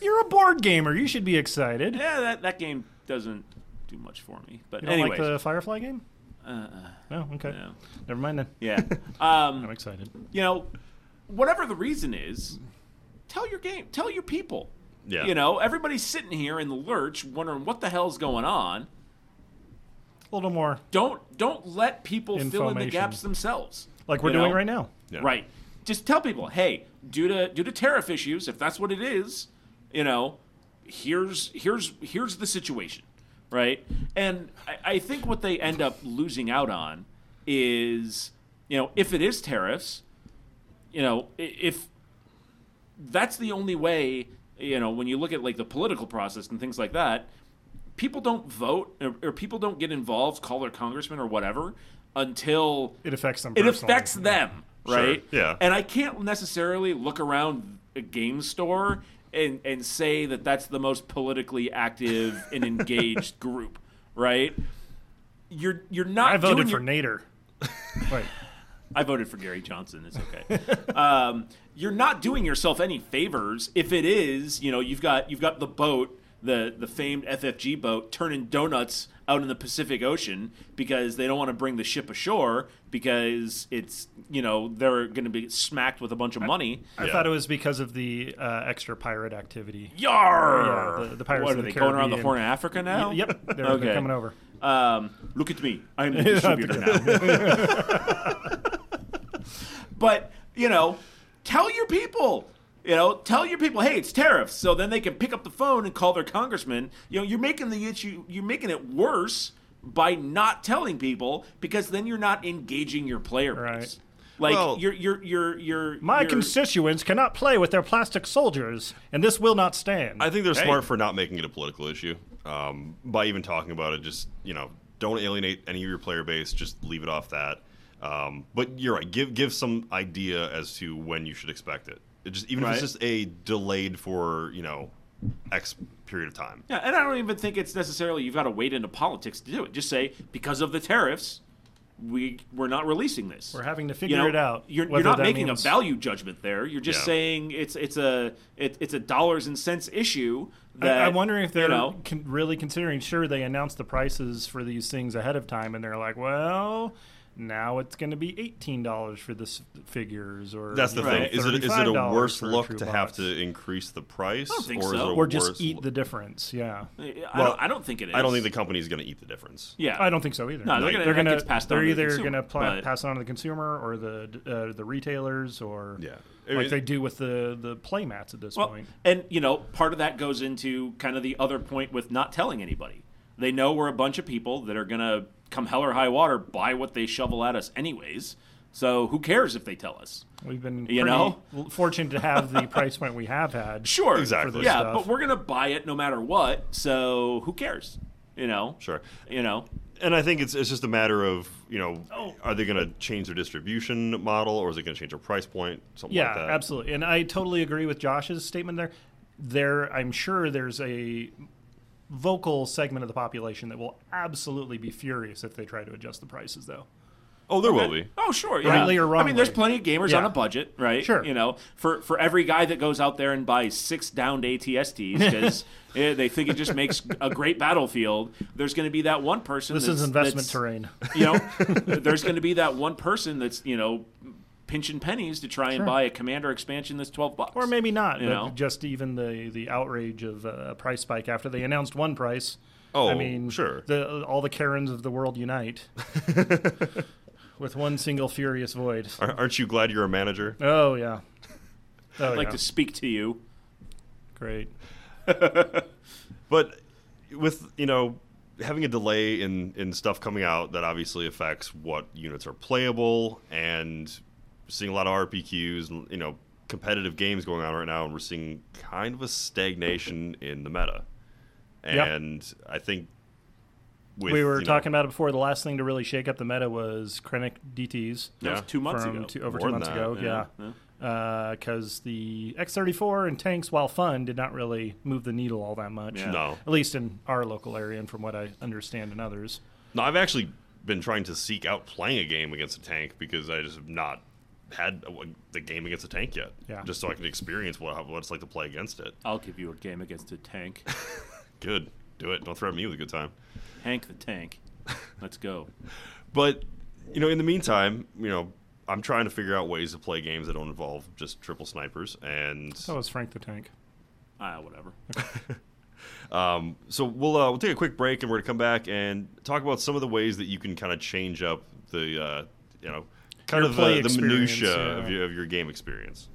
S8: You're a board gamer. You should be excited.
S7: Yeah. That that game doesn't do much for me. But
S8: You don't
S7: anyways. Uh-uh.
S8: like the Firefly game? Uh, oh, okay.
S7: no.
S8: Never mind then.
S7: yeah.
S8: *laughs* I'm excited.
S7: you know, whatever the reason is, tell your game, tell your people.
S6: Yeah.
S7: You know, everybody's sitting here in the lurch, wondering what the hell's going on.
S8: A little more
S7: Don't don't let people fill in the
S8: Information.
S7: gaps themselves.
S8: like we're
S7: You
S8: doing
S7: know?
S8: right now.
S6: Yeah.
S7: Right. Just tell people, hey, due to due to tariff issues, if that's what it is, you know, here's here's here's the situation, right? And I, I think what they end up losing out on is, you know, if it is tariffs, you know, i- if that's the only way, you know, when you look at like the political process and things like that, people don't vote or, or people don't get involved, call their congressman or whatever, until
S8: It affects them.
S7: it
S8: personally.
S7: affects them, right?
S6: Sure, yeah.
S7: And I can't necessarily look around a game store and and say that that's the most politically active and engaged *laughs* group, right? You're you're not.
S8: I voted
S7: doing
S8: for
S7: your- *laughs*
S8: Nader. Wait,
S7: I voted for Gary Johnson. It's okay. *laughs* um, you're not doing yourself any favors if it is. You know, you've got you've got the boat, the the famed FFG boat, turning donuts out in the Pacific Ocean because they don't want to bring the ship ashore because it's you know they're going to be smacked with a bunch of money.
S8: I
S6: Yeah.
S8: thought it was because of the uh, extra pirate activity.
S7: Yar!
S8: Yeah, the- the pirates
S7: what,
S8: of
S7: are
S8: the
S7: they going around the
S8: Caribbean.
S7: Horn of Africa now?
S8: Y- Yep, they're,
S7: Okay.
S8: they're coming over.
S7: Um, look at me. I'm
S8: *laughs*
S7: the distributor now. *laughs* but, you know, tell your people. You know, tell your people, hey, it's tariffs. So then they can pick up the phone and call their congressman. You know, you're making the issue, you're making it worse by not telling people because then you're not engaging your player base.
S8: Right.
S7: Like
S6: Well-
S7: you're, you're, you're, you're.
S8: My
S7: you're-
S8: constituents cannot play with their plastic soldiers, and this will not stand.
S6: I think they're smart for not making it a political issue. Um, by even talking about it, just you know, don't alienate any of your player base. Just leave it off that. Um, but you're right. Give give some idea as to when you should expect it. it just even if
S7: Right.
S6: it's just a delayed for you know X period of time.
S7: Yeah, and I don't even think it's necessarily you've got to wade into politics to do it. Just say because of the tariffs, we we're not releasing this.
S8: We're having to figure
S7: know,
S8: it out,
S7: You're, you're
S8: whether
S7: not
S8: that
S7: making
S8: means-
S7: a value judgment there. You're just
S6: Yeah.
S7: saying it's it's a it, it's a dollars and cents issue.
S8: I-
S7: That,
S8: I'm wondering if they're
S7: you know,
S8: con- really considering. Sure, they announced the prices for these things ahead of time, and they're like, well, now it's going to be eighteen dollars for this figures, or
S6: That's the
S8: you know,
S6: thing. Is it is it a
S8: $35
S6: worse
S8: for a
S6: look
S8: true
S6: to have
S8: box.
S6: to increase the price,
S7: don't think
S6: or is
S7: so.
S6: it a
S8: or
S6: worse
S8: just eat
S6: lo-
S8: the difference? Yeah,
S7: I,
S6: well,
S7: don't, I don't think it is.
S6: I don't think the company's going to eat the difference.
S7: yeah,
S8: I don't think so either.
S7: No, they're gonna-
S8: they're
S7: that
S8: gonna-
S7: gets passed
S8: they're
S7: on to the
S8: either
S7: consumer,
S8: gonna pla-
S7: but-
S8: pass it on to the consumer or the uh, the retailers or
S6: Yeah. I
S8: like
S6: mean-
S8: they do with the the play mats at this
S7: Well,
S8: point.
S7: and you know, part of that goes into kind of the other point with not telling anybody. They know we're a bunch of people that are gonna come hell or high water buy what they shovel at us anyways. So who cares if they tell us?
S8: We've been
S7: you
S8: pretty
S7: know?
S8: l- fortunate to have the price point we have
S7: *laughs*
S8: had.
S7: Sure,
S6: Exactly.
S7: Yeah,
S8: stuff.
S7: but we're gonna buy it no matter what. So who cares? You know.
S6: Sure.
S7: You know.
S6: and I think it's it's just a matter of you know,
S8: Oh.
S6: are they going to change their distribution model, or is it going to change their price point? Something
S8: Yeah,
S6: like that.
S8: absolutely. And I totally agree with Josh's statement there. There, I'm sure there's a vocal segment of the population that will absolutely be furious if they try to adjust the prices, though.
S6: Oh, there will be.
S7: Oh, sure. Yeah.
S8: Rightly or
S7: I mean, there's
S8: wrongly.
S7: plenty of gamers
S8: Yeah.
S7: on a budget, right?
S8: Sure.
S7: You know, for for every guy that goes out there and buys six downed
S8: *laughs*
S7: ATSTs because eh, they think it just makes a great battlefield, there's going to be that one person.
S8: This
S7: that's,
S8: is investment
S7: that's,
S8: terrain. *laughs*
S7: You know, there's going to be that one person that's you know. pinching pennies to try
S8: Sure.
S7: and buy a Commander expansion that's twelve bucks,
S8: or maybe not.
S7: You
S8: but
S7: know?
S8: just even the the outrage of uh, a price spike after they announced one price. I
S6: Oh,
S8: mean,
S6: sure.
S8: The, all the Karens of the world
S7: *laughs*
S8: unite with one single furious void.
S6: Ar- Aren't you glad you're a manager?
S8: Oh yeah. Oh
S7: I'd like
S8: yeah.
S7: to speak to you.
S8: Great.
S6: But with you know having a delay in in stuff coming out that obviously affects what units are playable and seeing a lot of RPQs and you know competitive games going on right now and we're seeing kind of a stagnation in the meta.
S8: Yeah.
S6: And I think with,
S8: we were
S6: you know-
S8: talking about it before. The last thing to really shake up the meta was Krennic DTs.
S7: That was
S6: Yeah.
S7: two months
S8: from
S7: ago.
S8: two- over
S6: More than
S8: two months
S6: that,
S8: ago.
S7: yeah,
S8: Yeah, because the X34 and tanks, while fun, did not really move the needle all that much.
S7: Yeah.
S6: No.
S8: at least in our local area, and from what I understand in others.
S6: No, I've actually been trying to seek out playing a game against a tank because I just have not had a- the game against a tank yet.
S8: Yeah.
S6: Just so I can experience what, what it's like to play against it.
S7: I'll give you a game against a tank,
S6: Good. Do it. Don't threaten me with a good time.
S7: Hank the Tank. Let's go.
S6: But, you know, in the meantime, you know, I'm trying to figure out ways to play games that don't involve just triple snipers. And
S8: That was Frank the Tank.
S7: Ah, whatever.
S8: Oh.
S6: so we'll, uh, we'll take a quick break and we're going to come back and talk about some of the ways that you can kind of change up the, uh, you know, kind
S8: Your
S6: of uh,
S8: play
S6: the, the
S8: experience,
S6: minutia
S8: yeah.
S6: of, your, of your game experience.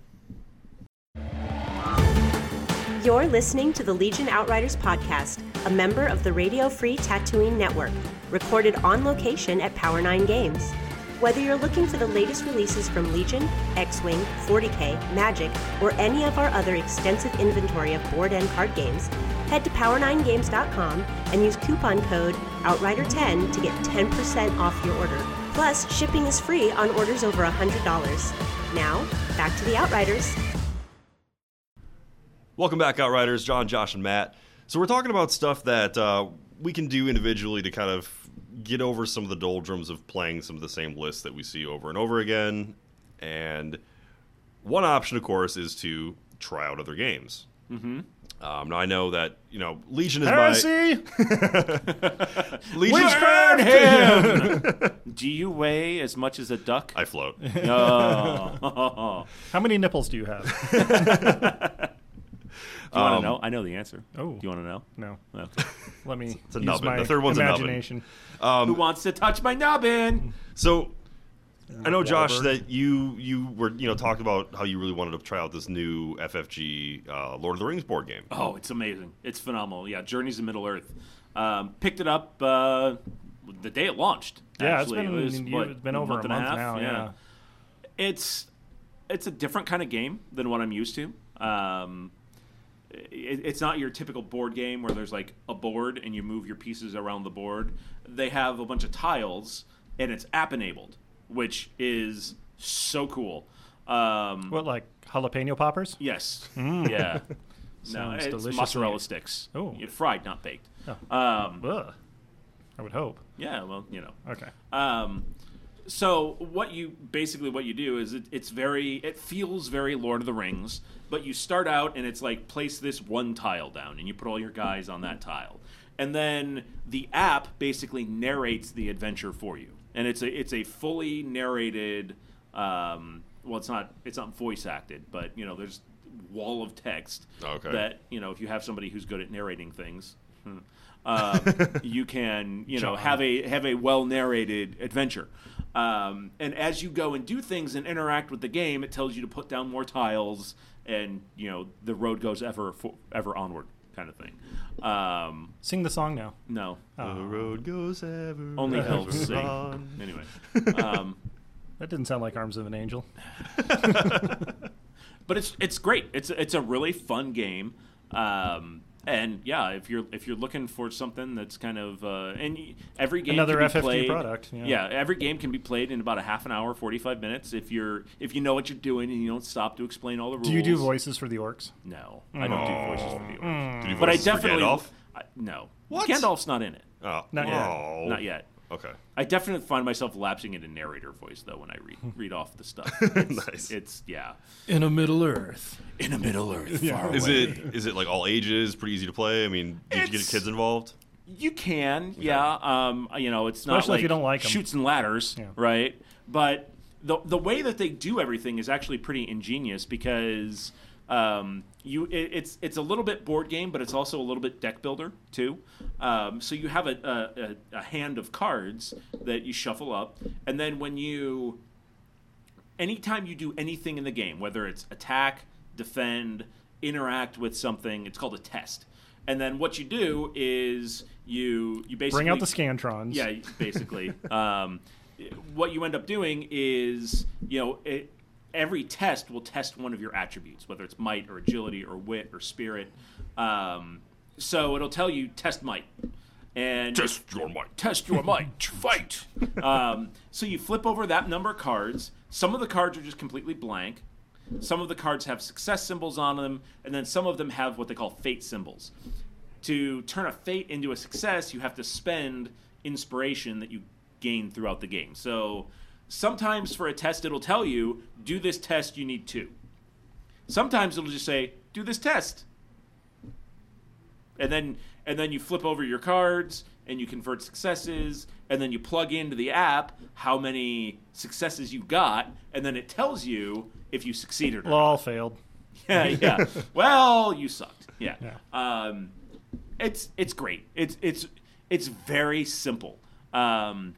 S1: You're listening to the Legion Outriders podcast, a member of the Radio Free Tatooine Network, recorded on location at Power 9 Games. Whether you're looking for the latest releases from Legion, X Wing, 40K, Magic, or any of our other extensive inventory of board and card games, head to power9games.com and use coupon code OUTRIDER10 to get 10% off your order. Plus, shipping is free on orders over $100. Now, back to the Outriders.
S6: Welcome back, Outriders. John, Josh, and Matt. So we're talking about stuff that uh, we can do individually to kind of get over some of the doldrums of playing some of the same lists that we see over and over again. And one option, of course, is to try out other games. Mm-hmm. Um, now I know that you know Legion is my
S8: Heresy! *laughs*
S6: Legion.
S7: Do you weigh as much as a duck?
S6: I float. *laughs*
S7: No.
S8: How many nipples do you have?
S7: Do you want to know? I know the answer.
S8: Oh.
S7: Do you want to know?
S8: No.
S7: No.
S8: Let me
S6: a
S8: use
S6: nubbin.
S8: my
S6: The third one's a nubbin.
S8: imagination.
S7: Who wants to touch my nubbin?
S6: So I know Josh
S8: Wahlberg.
S6: that you you were you know talked about how you really wanted to try out this new FFG uh, Lord of the Rings board game.
S7: Oh, it's amazing. It's phenomenal. Yeah, Journeys to Middle Earth. Um, picked it up uh, the day it launched.
S8: Yeah, it's
S7: actually.
S8: been,
S7: It was,
S8: you-
S7: what,
S8: it's been over
S7: month
S8: a
S7: and
S8: month
S7: half?
S8: now. yeah.
S7: it's it's a different kind of game than what I'm used to. Um, it, it's not your typical board game where there's like a board and you move your pieces around the board. They have a bunch of tiles and it's app enabled, which is so cool. Um,
S8: What like jalapeno poppers?
S7: Yes.
S8: *laughs*
S7: Yeah. no,
S8: Mm. Sounds
S7: it's
S8: delicious.
S7: mozzarella sticks.
S8: Oh.
S7: Yeah, fried, not baked.
S8: Oh.
S7: Um,
S8: Ugh. I would hope.
S7: yeah. Well, you know.
S8: Okay.
S7: Um, so what you basically what you do is it, it's very it feels very Lord of the Rings, but you start out and it's like place this one tile down and you put all your guys on that tile, and then the app basically narrates the adventure for you, and it's a it's a fully narrated. Um, well, it's not it's not voice acted, but you know there's wall of text
S6: Okay.
S7: that you know if you have somebody who's good at narrating things. hmm, uh, you can, you know,
S8: John.
S7: have a have a well narrated adventure. Um, and as you go and do things and interact with the game, it tells you to put down more tiles, and you know the road goes ever fo- ever onward, kind of thing. Um,
S8: Sing the song now.
S7: no,
S6: The road goes ever. *laughs*
S7: only
S6: ever
S7: elves sing. *laughs*
S6: on.
S7: Anyway, um,
S8: That didn't sound like Arms of an
S7: *laughs*
S8: Angel.
S7: but it's it's great. It's it's a really fun game. Um, and yeah, if you're if you're looking for something that's kind of uh, and y- every game
S8: Another
S7: can be
S8: FFG
S7: played-
S8: product, yeah.
S7: every game can be played in about a half an hour, forty five minutes if you're if you know what you're doing and you don't stop to explain all the rules.
S8: Do Oh. you do voices for the orcs?
S7: No, I don't do voices for the orcs.
S6: Did you
S7: But I
S6: voice for
S7: definitely
S6: Gandalf?
S7: I, no.
S6: What?
S7: Gandalf's not in it.
S6: *laughs* Oh,
S8: Not yet.
S6: oh.
S7: Not yet.
S6: Okay.
S7: I definitely find myself lapsing into narrator voice though when I read read off
S6: *laughs*
S7: the stuff. It's,
S6: Nice.
S7: It's yeah.
S8: In a Middle Earth.
S7: In a Middle Earth, far
S6: Is it is it like all ages? Pretty easy to play. I mean, did you get
S7: It's-
S6: kids involved?
S7: You can, yeah. Um, you know, it's not
S8: Especially if
S7: like
S8: you don't like 'em.
S7: shoots and ladders,
S8: Yeah.
S7: right? But the the way that they do everything is actually pretty ingenious because um, you it, it's it's a little bit board game, but it's also a little bit deck builder too. Um, so you have a, a, a, a hand of cards that you shuffle up, and then when you anytime you do anything in the game, whether it's attack, defend, interact with something, it's called a test. And then what you do is you you basically
S8: Bring out the scantrons.
S7: yeah,
S8: *laughs*
S7: basically. um, what you end up doing is, you know, it, every test will test one of your attributes, whether it's might or agility or wit or spirit. Um, so it'll tell you test might, and
S6: Test your might.
S7: test your might, fight. Um, so you flip over that number of cards. Some of the cards are just completely blank. Some of the cards have success symbols on them, and then some of them have what they call fate symbols. To turn a fate into a success, you have to spend inspiration that you gain throughout the game. So sometimes for a test, it'll tell you, do this test, you need two. Sometimes it'll just say, do this test, and then and then you flip over your cards and you convert successes and then you plug into the app how many successes you got and then it tells you if you succeeded or not.
S8: Lol, failed.
S7: *laughs* yeah yeah well you sucked yeah, um it's it's great it's it's it's very simple um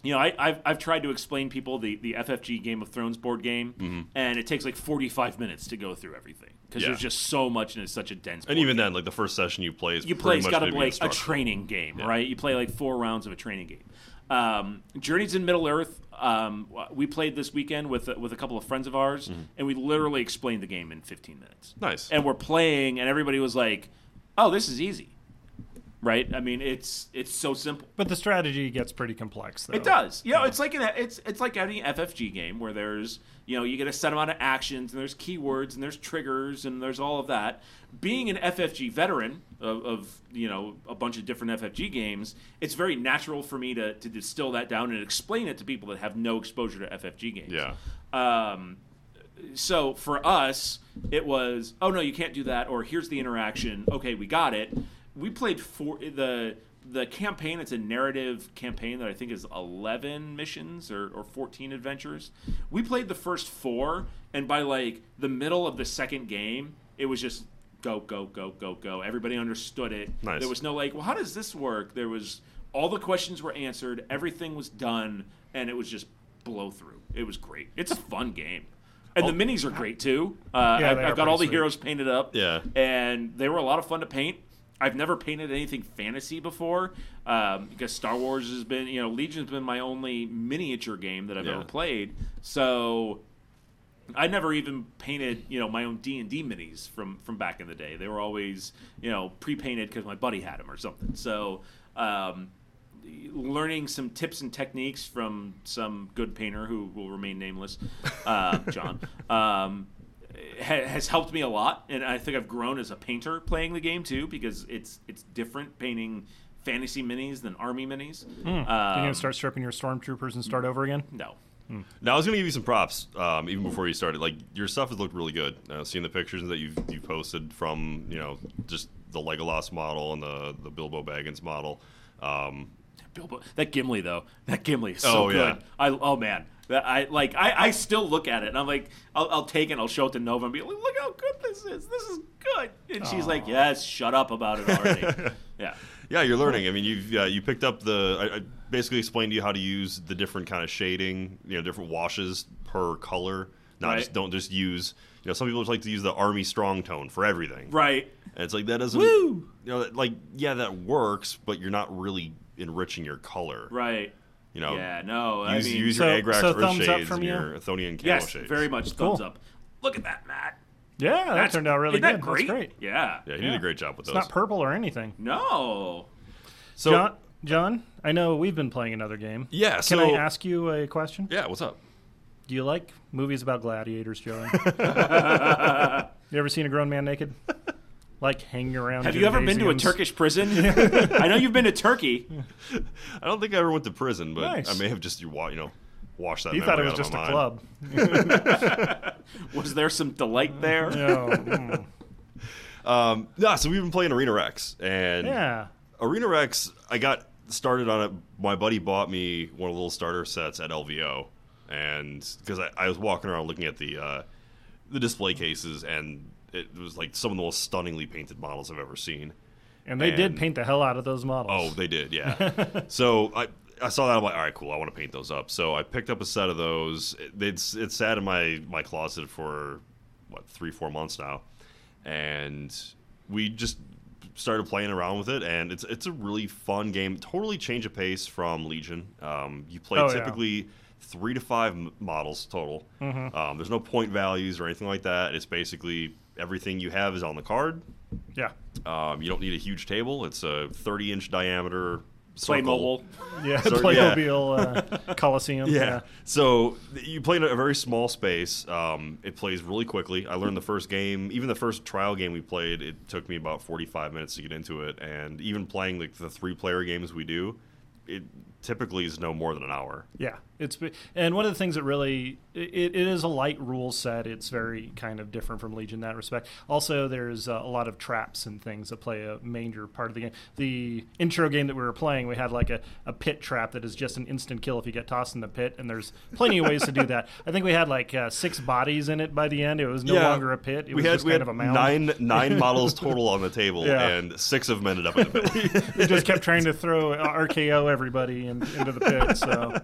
S7: you know, I, I've, I've tried to explain people the, the FFG Game of Thrones board game, and it takes like 45 minutes to go through everything because
S6: Mm-hmm. Yeah.
S7: there's just so much and it's such a dense board
S6: And even
S7: game
S6: then, like the first session you play is
S7: you play
S6: pretty
S7: it's
S6: much
S7: got to
S6: gonna
S7: be
S6: be
S7: like a
S6: instructional.
S7: training game, right? You play like four rounds of a training game. Um, Journeys in Middle Earth. Um, w- we played this weekend with with a couple of friends of ours, and we literally explained the game in 15 minutes.
S6: Mm-hmm. Nice.
S7: And we're playing, and everybody was like, "Oh, this is easy," right? I mean, it's it's so simple.
S8: But the strategy gets pretty complex, though.
S7: It does. You know, it's like an it's it's like any FFG game where there's you know you get a set amount of actions and there's keywords and there's triggers and there's all of that. Being an FFG veteran of, of you know a bunch of different FFG games, it's very natural for me to to distill that down and explain it to people that have no exposure to FFG games.
S6: Yeah.
S7: Um, so for us, it was oh no, you can't do that, or here's the interaction. Okay, we got it. We played for the the campaign. It's a narrative campaign that I think is eleven missions or, or fourteen adventures. We played the first four, and by like the middle of the second game, it was just go go go go go. Everybody understood it.
S6: Nice.
S7: There was no like, well, how does this work? There was all the questions were answered, everything was done, and it was just blow through. It was great. It's a fun game. And the minis are great too. Uh,
S8: Oh, Yeah,
S7: I,
S8: they
S7: I
S8: are
S7: got all the
S8: pretty sweet.
S7: heroes painted up.
S6: Yeah.
S7: And they were a lot of fun to paint. I've never painted anything fantasy before um, because Star Wars has been, you know, Legion's been my only miniature game that I've
S6: Yeah.
S7: ever played. So I never even painted, you know, my own D and D minis from from back in the day. They were always, you know, pre painted because my buddy had them or something. So, um, learning some tips and techniques from some good painter who will remain nameless, uh, John, um, ha- has helped me a lot, and I think I've grown as a painter playing the game too because it's it's different painting fantasy minis than army minis.
S8: You're
S7: Um, Mm.
S8: going to start stripping your stormtroopers and start over again?
S7: no.
S6: Now I was gonna give you some props, um, even before you started. Like your stuff has looked really good. Uh, seeing the pictures that you've you have posted from you know just the Legolas model and the the Bilbo Baggins model. Um,
S7: Bilbo. That Gimli though. That Gimli is so
S6: Oh,
S7: good.
S6: yeah.
S7: I oh man. That I like. I, I still look at it and I'm like, I'll, I'll take it. and I'll show it to Nova and be like, look how good this is. This is good. And she's like, yes, shut up about it
S6: *laughs*
S7: already. yeah.
S6: yeah, you're learning. I mean, you've uh, you picked up the. I, I basically explained to you how to use the different kind of shading, you know, different washes per color. Not
S7: Right.
S6: just don't just use. You know, some people just like to use the army strong tone for everything.
S7: Right.
S6: And it's like that doesn't.
S7: Woo!
S6: You know, like yeah, that works, but you're not really enriching your color.
S7: Right.
S6: You know.
S7: yeah. No. I
S6: Use,
S7: mean,
S6: use your
S8: So-
S6: Agrax
S8: so
S6: Earth
S8: thumbs up
S6: Shades
S8: from
S6: and
S8: you?
S6: your Athonian Camo
S7: yes.
S6: Shades.
S7: Very much. Thumbs
S8: Cool.
S7: up. Look at that, Matt.
S8: Yeah, that
S7: That's-
S8: turned out really
S7: isn't that
S8: good.
S7: Great?
S8: That's great.
S7: Yeah.
S6: Yeah, he did a great job with
S8: It's
S6: those.
S8: not purple or anything.
S7: No.
S6: so,
S8: John, John, I know we've been playing another game.
S6: Yeah,
S8: Can
S6: so-
S8: I ask you a question?
S6: yeah, what's up?
S8: Do you like movies about gladiators,
S7: *laughs*
S8: Joey? you ever seen a grown man naked? Like hanging around.
S7: Have you ever been to a
S8: gymnasiums?
S7: Turkish
S8: *laughs*
S7: prison? I know you've been to Turkey.
S6: I don't think I ever went to prison, but
S8: Nice.
S6: I may have just you, wa- you know washed that.
S8: You thought it
S6: memory
S8: was
S6: out of
S8: just a
S6: my mind.
S7: *laughs*
S8: club.
S7: Was there some delight there?
S8: No. mm.
S6: Um, nah, so we've been playing Arena Rex, and
S8: Yeah.
S6: Arena Rex, I got started on it. My buddy bought me one of the little starter sets at LVO, and because I, I was walking around looking at the uh, the display cases, and it was like some of the most stunningly painted models I've ever seen.
S8: And they did
S6: And-
S8: paint the hell out of those models.
S6: Oh, they did,
S8: *laughs*
S6: yeah. so I I saw that I'm like, all right, cool. I want to paint those up. So I picked up a set of those. It- It's it's sat in my my closet for what three four months now, and we just started playing around with it. And it's it's a really fun game. Totally change of pace from Legion. Um, you play
S8: Oh, yeah.
S6: typically three to five m- models total.
S8: Mm-hmm.
S6: Um, there's no point values or anything like that. It's basically everything you have is on the card.
S8: yeah,
S6: Um, you don't need a huge table. It's a 30 inch diameter.
S7: Play
S6: circle.
S7: mobile.
S8: yeah. *laughs*
S6: Sorry,
S8: Playmobil uh, Coliseum.
S6: *laughs* Yeah. So th- you play in a very small space. Um, it plays really quickly. I learned the first game, even the first trial game we played, it took me about 45 minutes to get into it. And even playing like the three player games we do, it typically is no more than an hour.
S8: Yeah, it's be- and one of the things that really it, it is a light rule set. It's very kind of different from Legion in that respect. Also, there's uh, a lot of traps and things that play a major part of the game. The intro game that we were playing, we had like a, a pit trap that is just an instant kill if you get tossed in the pit, and there's plenty of ways to do that. I think we had like uh, six bodies in it by the end. It was no longer a pit. It
S6: we
S8: was
S6: had,
S8: just
S6: we
S8: kind
S6: had
S8: of a mound.
S6: nine
S8: *laughs*
S6: nine models total on the table,
S8: Yeah.
S6: and six of them ended up in the pit.
S8: We just kept trying to throw RKO everybody in, into the pit. So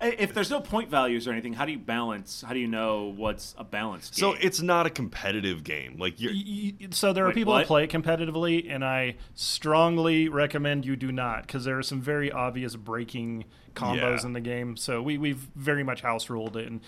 S7: I- If there's no point values or anything, how do you balance? How do you know what's a balanced game?
S6: so it's not a competitive game. Like you're,
S8: Y- y- so there are
S7: Wait,
S8: people who
S7: what?
S8: play it competitively, and I strongly recommend you do not because there are some very obvious breaking combos
S6: Yeah.
S8: in the game. So we we've very much house ruled it, and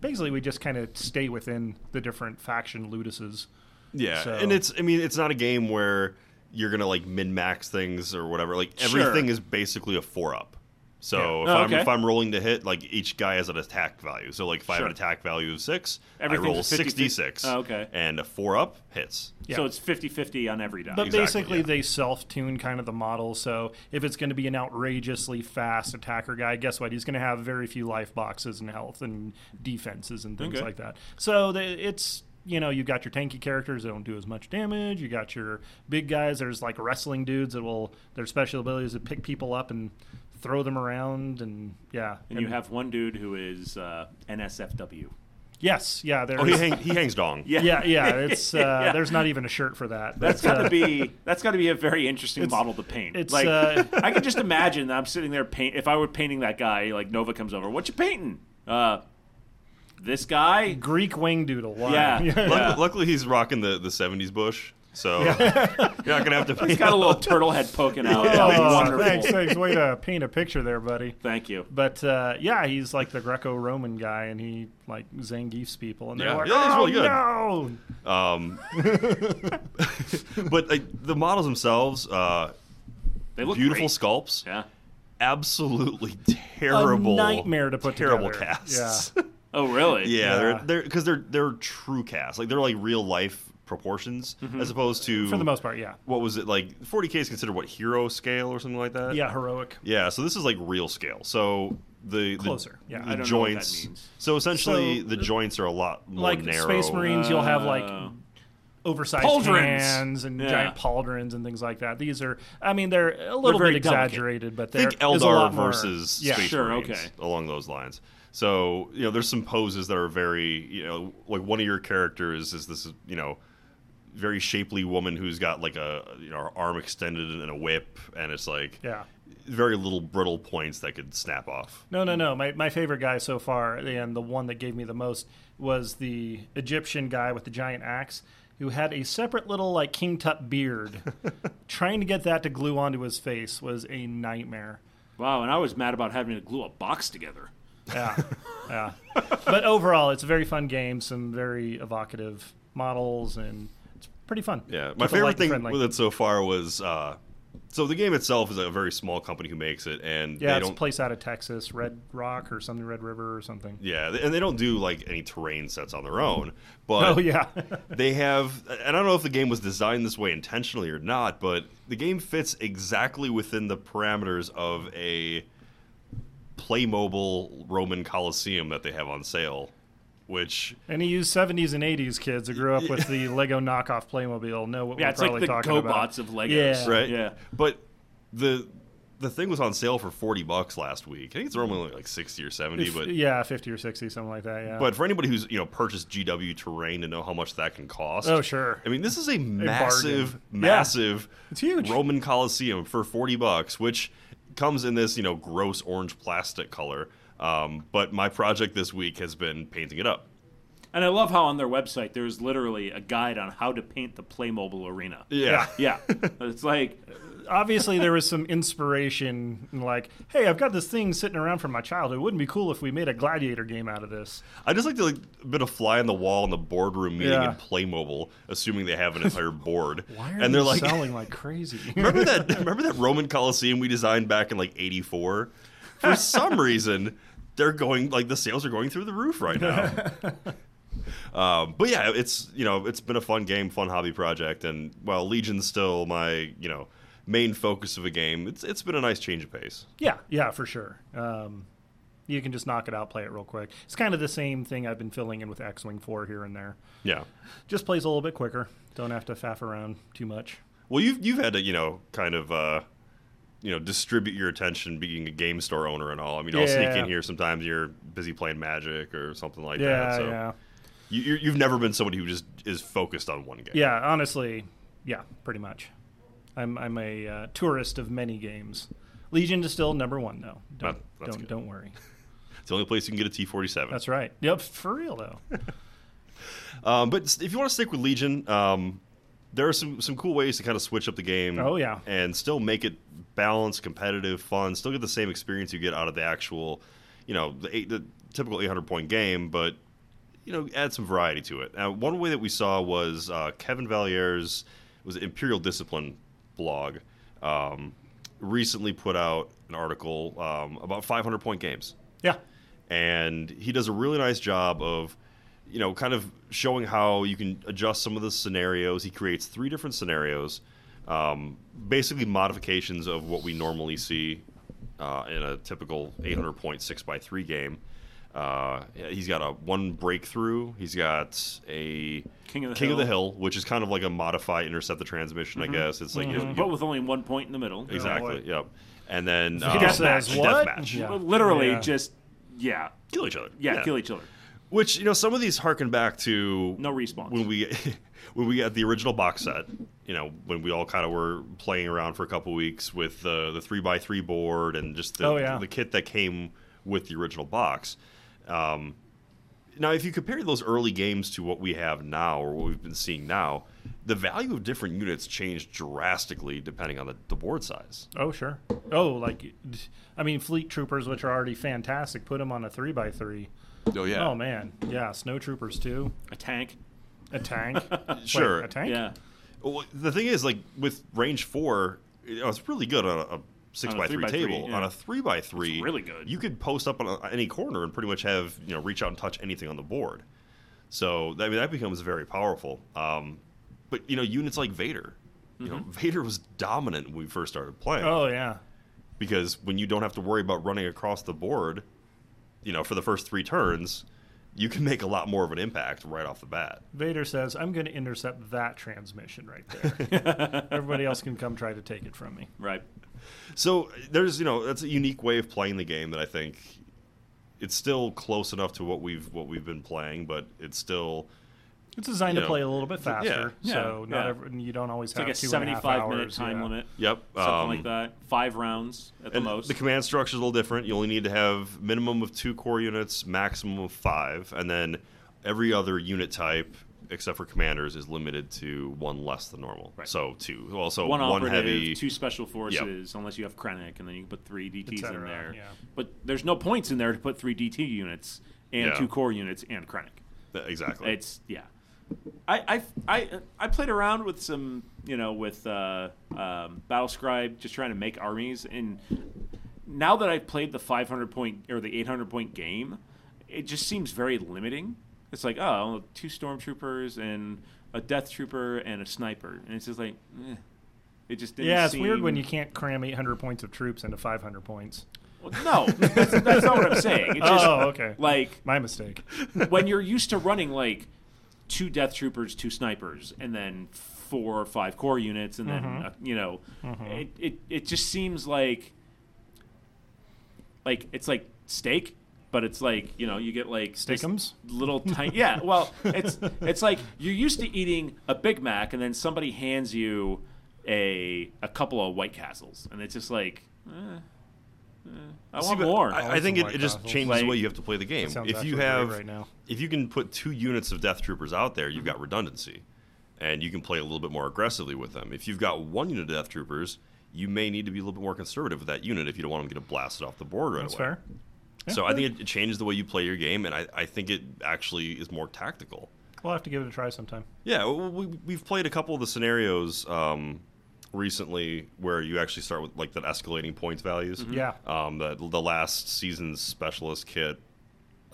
S8: basically we just kind of stay within the different faction ludices.
S6: Yeah,
S8: So-
S6: and it's I mean it's not a game where you're gonna like min max things or whatever. Like
S7: Sure.
S6: everything is basically a four up. So if,
S7: Oh,
S6: I'm,
S7: okay.
S6: if I'm rolling to hit, like each guy has an attack value. So like if I have an
S7: Sure.
S6: attack value of six,
S7: Everything's
S6: I roll
S7: 50
S6: sixty-six.
S7: Oh, okay.
S6: and a four up hits.
S8: Yeah.
S7: So it's 50-50 on every die.
S8: But
S6: Exactly,
S8: basically,
S6: yeah.
S8: they self-tune kind of the model. So if it's going to be an outrageously fast attacker guy, guess what? He's going to have very few life boxes and health and defenses and things
S7: Okay.
S8: like that. So the, it's you know you've got your tanky characters that don't do as much damage. You got your big guys. There's like wrestling dudes that will their special abilities to pick people up and throw them around and yeah.
S7: and you have one dude who is uh, NSFW.
S8: yes, yeah. There's
S6: Oh, he, hang, he hangs dong.
S8: yeah, yeah. It's uh, there's not even a shirt for that.
S7: That's
S8: but,
S7: got
S8: uh,
S7: to be that's got to be a very interesting model to paint.
S8: it's,
S7: like
S8: uh,
S7: I can just imagine that I'm sitting there paint. If I were painting that guy, like Nova comes over, what you painting? Uh, this guy.
S8: Greek wing doodle. Why?
S7: Yeah,
S8: *laughs*
S6: Luckily,
S7: yeah.
S6: luckily he's rocking the the '70s bush, so *laughs* you're not gonna have to. *laughs*
S7: he's got
S8: *laughs*
S7: a little turtle head poking *laughs* out. That was
S8: Oh,
S7: wonderful.
S8: thanks, thanks. Way to paint a picture there, buddy.
S7: Thank you.
S8: But uh, yeah, he's like the Greco-Roman guy, and he like Zangief's people, and they're
S6: Yeah.
S8: like,
S6: Yeah, he's
S8: "Oh
S6: really good."
S8: no!"
S6: Um, but like, the models themselves, uh,
S7: They look
S6: beautiful
S7: great.
S6: sculpts.
S7: Yeah.
S6: absolutely terrible
S8: A nightmare to put
S6: terrible
S8: together.
S6: casts. *laughs*
S8: Yeah.
S7: Oh really?
S6: Yeah,
S8: Yeah.
S6: they're they're because they're they're true casts. Like they're like real life proportions as opposed to
S8: Mm-hmm. For the most part, yeah,
S6: What was it like? 40k is considered what hero scale or something like that.
S8: yeah, heroic.
S6: Yeah, so this is like real scale. So the the-
S8: Closer, yeah.
S6: the
S8: I don't know
S7: what
S6: joints.
S7: that means.
S6: So essentially,
S8: So,
S6: the joints are a lot more
S8: Like
S6: narrow.
S8: Space Marines, you'll have like
S6: uh,
S7: Oh.
S8: oversized
S7: Pauldrons.
S8: hands and
S7: Yeah.
S8: giant pauldrons and things like that. These are, I mean, they're a little
S7: very
S8: bit
S7: delicate.
S8: exaggerated, but they're
S6: Think
S8: there's a lot
S6: Eldar
S8: more-
S6: versus
S8: yeah.
S6: Space
S7: Sure,
S6: Marines
S7: okay.
S6: along those lines. So you know, there's some poses that are very you know, like one of your characters is this you know very shapely woman who's got like a you know her arm extended and a whip, and it's like
S8: Yeah.
S6: very little brittle points that could snap off.
S8: No, no, no. My, my favorite guy so far, and the one that gave me the most, was the Egyptian guy with the giant axe who had a separate little, like, King
S6: *laughs*
S8: Tut beard. Trying to get that to glue onto his face was a nightmare.
S7: Wow. And I was mad about having to glue a box together.
S8: Yeah. yeah. But overall, it's a very fun game, some very evocative models, and it's pretty fun.
S6: Yeah, my
S8: People like
S6: favorite
S8: the
S6: thing
S8: friendly.
S6: with it so far was uh, so the game itself is a very small company who makes it, and
S8: Yeah,
S6: they
S8: it's a
S6: don't
S8: place out of Texas, Red Rock or something, Red River or something.
S6: yeah, and they don't do like any terrain sets on their own. But
S8: *laughs* Oh, yeah.
S6: they have and i don't know if the game was designed this way intentionally or not but the game fits exactly within the parameters of a playmobile roman coliseum that they have on sale which
S8: And he used 70s and 80s kids who grew up with
S6: *laughs*
S8: the Lego knockoff Playmobil know what
S7: Yeah,
S8: we're
S7: it's like
S8: probably
S7: the
S8: talking about.
S7: GoBots of Legos.
S8: Yeah.
S6: right
S7: Yeah.
S6: but the the thing was on sale for forty bucks last week. I think it's normally like sixty or seventy,
S8: If-
S6: but
S8: yeah, fifty or sixty, something like that. Yeah.
S6: but for anybody who's you know purchased GW terrain to know how much that can cost.
S8: Oh, sure.
S6: I mean, this is a massive,
S8: Yeah.
S6: massive,
S8: It's huge.
S6: Roman Colosseum for forty bucks, which comes in this you know gross orange plastic color. Um, but my project this week has been painting it up.
S7: And I love how on their website there's literally a guide on how to paint the Playmobil arena.
S6: Yeah.
S7: Yeah. it's like
S8: *laughs* obviously
S6: *laughs*
S8: there was some inspiration, in like, hey, I've got this thing sitting around from my childhood. Wouldn't it be cool if we made a gladiator game out of this?
S6: I just like to like a bit of fly on the wall in the boardroom meeting
S8: Yeah.
S6: in Playmobil, assuming they
S8: *laughs*
S6: have an entire board.
S8: Why are
S6: and
S8: they
S6: they're like, *laughs*
S8: selling like crazy?
S6: remember that? *laughs* Remember that Roman Colosseum we designed back in like '84? For
S8: *laughs*
S6: some reason, they're going like the sales are going through the roof right
S8: *laughs*
S6: now. um, but yeah, it's you know it's been a fun game, fun hobby project, and while Legion's still my you know main focus of a game, it's it's been a nice change of pace.
S8: Yeah, yeah, for sure. Um, you can just knock it out, play it real quick. It's kind of the same thing I've been filling in with X Wing 4 here and there.
S6: Yeah.
S8: Just plays a little bit quicker. Don't have to faff around too much.
S6: Well, you've you've had to you know kind of uh, you know distribute your attention being a game store owner and all. I mean, I'll sneak
S8: Yeah.
S6: in here sometimes. You're busy playing Magic or something like
S8: Yeah,
S6: that. So
S8: yeah.
S6: you, you- you've never been somebody who just is focused on one game.
S8: Yeah, honestly, yeah, pretty much. I'm, I'm a uh, tourist of many games. Legion is still number one, though. Don't,
S6: That- that's
S8: don't,
S6: good.
S8: don't worry.
S6: It's the only place you can get a T forty seven.
S8: That's right. Yep, for
S6: *laughs*
S8: real, though.
S6: Um, but s- if you want to stick with Legion, um, there are some, some cool ways to kind of switch up the game.
S8: Oh, yeah.
S6: and still make it balanced, competitive, fun. Still get the same experience you get out of the actual, you know, the, eight, the typical 800 point game, but you know, add some variety to it. Now, one way that we saw was uh, Kevin Valier's was it Imperial Discipline blog um, recently put out an article um, about 500 point games
S8: Yeah.
S6: and he does a really nice job of you know kind of showing how you can adjust some of the scenarios he creates three different scenarios um, basically modifications of what we normally see uh, in a typical 800 point 6 by 3 game uh, he's got a one breakthrough he's got a
S7: King of the
S6: king of
S7: Hill.
S6: the hill which is kind of like a modify intercept the transmission i guess it's like you- you-
S7: but with only one point in the middle.
S6: exactly yep and then
S8: He
S6: uh,
S8: just says, "What?"
S6: deathmatch
S8: Yeah.
S7: Literally
S8: Yeah.
S7: just yeah.
S6: kill each other
S7: yeah. kill each other.
S6: Which you know, some of these harken back to
S7: No response.
S6: when we *laughs* when we got the original box set. You know, when we all kind of were playing around for a couple weeks with the the three by three board and just the,
S8: Oh, yeah.
S6: the kit that came with the original box. Um, now, if you compare those early games to what we have now or what we've been seeing now, the value of different units changed drastically depending on the, the board size.
S8: Oh, sure. Oh, like, I mean, fleet troopers, which are already fantastic, put them on a 3 by 3
S6: Oh yeah,
S8: Oh, man. Yeah, snow troopers, too.
S7: A tank.
S6: *laughs*
S8: A tank. Wait,
S6: sure.
S8: a tank?
S7: Yeah.
S6: Well, the thing is, like with range four, it was really good on a, a six
S7: On a
S6: by
S7: three
S6: three
S7: by three,
S6: table.
S7: yeah.
S6: On a three by three,
S7: It's really good.
S6: You could post up on a, any corner and pretty much have you know reach out and touch anything on the board. So I mean that becomes very powerful. Um, but you know units like Vader, you
S7: Mm-hmm.
S6: know Vader was dominant when we first started playing
S8: Oh, yeah.
S6: because when you don't have to worry about running across the board, you know for the first three turns, you can make a lot more of an impact right off the bat.
S8: Vader says, I'm going to intercept that transmission right there.
S6: *laughs*
S8: Everybody else can come try to take it from me.
S7: Right.
S6: So there's you know that's a unique way of playing the game that I think it's still close enough to what we've what we've been playing, but it's still
S8: It's designed
S6: You
S8: to
S6: know,
S8: play a little bit faster,
S7: yeah,
S8: so
S7: yeah.
S8: not every- and you don't always
S7: It's
S8: have
S7: like a
S8: Uh, two and a half
S7: seventy-five minute
S8: hours,
S7: time
S8: yeah.
S7: limit.
S6: yep
S7: Something
S6: um,
S7: like that. Five rounds at the
S6: and
S7: most.
S6: The command structure is a little different. You only need to have minimum of two core units, maximum of five, and then every other unit type except for commanders is limited to one less than normal.
S7: Right.
S6: So two. Also
S7: one,
S6: one,
S7: operative,
S6: heavy.
S7: two special forces, unless you have Krennic, and then you can put three
S8: Et
S7: DTs in
S8: cetera,
S7: there.
S8: yeah.
S7: But there's no points in there to put three DT units and
S6: Yeah.
S7: two core units and Krennic.
S6: Exactly.
S7: It's yeah. I, I, I, I played around with some you know with uh, um, Battlescribe just trying to make armies and now that I've played the 500 point or the 800 point game it just seems very limiting it's like oh two stormtroopers and a death trooper and a sniper and it's just like eh. it just didn't
S8: Yeah, it's weird
S7: seem-
S8: when you can't cram 800 points of troops into 500 points.
S7: Well, *laughs* no that's, that's not what I'm saying it's
S8: *laughs*
S7: just
S8: oh, okay.
S7: like
S8: My mistake.
S7: *laughs* when you're used to running like two death troopers, two snipers, and then
S6: Mm-hmm.
S7: four or five core units, and then uh, you know, it, it it just seems like like it's like steak, but it's like you know you get like this
S8: Steakums?
S6: *laughs*
S7: little tiny. yeah, well, it's it's like you're used to eating a Big Mac, and then somebody hands you a a couple of White Castles, and it's just like. Eh, eh, I
S6: See,
S7: want
S6: but
S7: more.
S6: I, I
S8: want
S6: think
S8: some
S6: it,
S8: white
S6: it just
S8: waffles.
S6: changes the
S7: Like-
S6: way you have to play the game.
S8: sounds
S6: If you
S8: actually great
S6: have,
S8: right now. Mm-hmm.
S6: if you can put two units of Death Troopers out there, you've got redundancy, and you can play a little bit more aggressively with them. If you've got one unit of Death Troopers, you may need to be a little bit more conservative with that unit if you don't want them to get blasted off the board right *laughs*
S8: That's
S6: away.
S8: fair.
S6: So I think it, it changes the way you play your game, and I, I think it actually is more tactical.
S8: We'll have to give it a try sometime.
S6: Yeah, w- we, we've played a couple of the scenarios um, recently where you actually start with like that escalating points values.
S8: Yeah.
S6: Um, the the last season's specialist kit,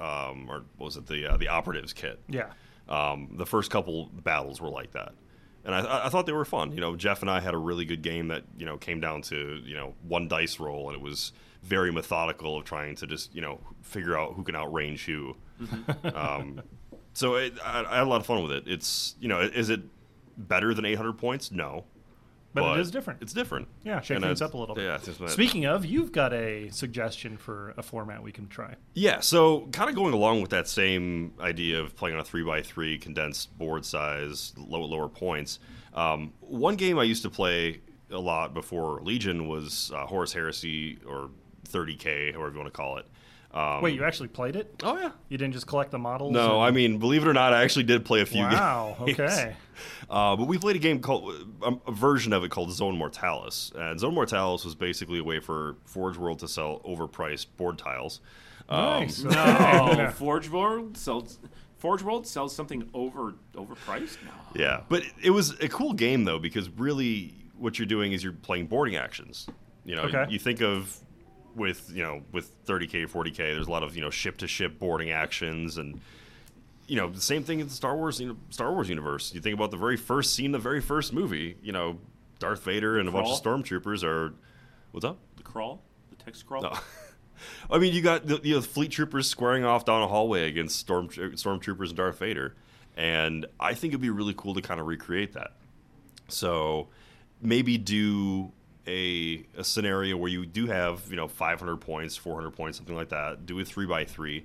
S6: um, or what was it the uh, the operatives kit?
S8: Yeah.
S6: Um, the first couple battles were like that, and I, I- I thought they were fun. You know, Jeff and I had a really good game that you know came down to you know one dice roll, and it was very methodical of trying to just you know figure out who can outrange who. *laughs*
S8: Mm-hmm.
S6: um, so it, I, I had a lot of fun with it. It's you know, is it better than 800 points? No,
S8: But, it is different.
S6: It's different.
S8: yeah, shake
S6: And
S8: things
S6: I-
S8: up a little bit.
S6: Yeah, that's what-
S8: Speaking of, you've got a suggestion for a format we can try.
S6: Yeah, so kind of going along with that same idea of playing on a three by three condensed board size, low lower points. Um, one game I used to play a lot before Legion was uh, Horus Heresy or 30K, however you want to call it. Um,
S8: Wait, you actually played it?
S6: Oh yeah.
S8: You didn't just collect the models?
S6: No, I
S8: and-
S6: mean, believe it or not, I actually did play a few games.
S8: Wow.
S6: *laughs*
S8: *laughs* Okay.
S6: Uh, but we played a game called a, a version of it called Zone Mortalis, and Zone Mortalis was basically a way for Forge World to sell overpriced board tiles. Um,
S8: nice. Oh.
S7: No, *laughs* Forge World sells. Forge World sells something over overpriced. No.
S6: Yeah, but it was a cool game though because really what you're doing is you're playing boarding actions. You know,
S8: Okay.
S6: you think of with you know with 30k, 40k, there's a lot of you know ship to ship boarding actions and. You know, the same thing in the Star Wars, you know, Star Wars universe. You think about the very first scene, the very first movie. You know, Darth Vader and a bunch of
S7: Crawl?
S6: stormtroopers are, what's up?
S7: The crawl, the text crawl.
S6: No. *laughs* I mean, you got the you know, fleet troopers squaring off down a hallway against storm stormtroopers and Darth Vader, and I think it'd be really cool to kind of recreate that. So maybe do a, a scenario where you do have you know 500 points, 400 points, something like that. Do a three by three,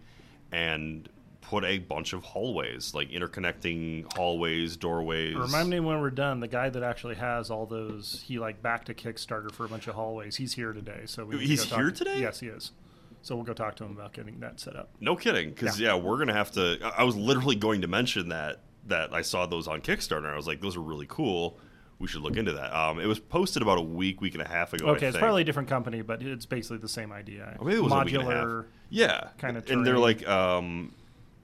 S6: and put a bunch of hallways, like interconnecting hallways, doorways.
S8: Remind me when we're done. The guy that actually has all those, he like backed a Kickstarter for a bunch of hallways. He's here today, so we need to
S6: He's
S8: go talk
S6: here
S8: to-
S6: today?
S8: Yes, he is. So we'll go talk to him about getting that set up.
S6: No kidding, because yeah. we're gonna have to. I I was literally going to mention that that I saw those on Kickstarter. I was like, those are really cool. We should look into that. Um, it was posted about a week, week and a half ago. I
S8: Okay, it's
S6: think.
S8: probably a different company, but it's basically the same idea.
S6: Or maybe it was a week and a half.
S8: modular.
S6: Yeah,
S8: kinda
S6: And they're
S8: terrain.
S6: like um,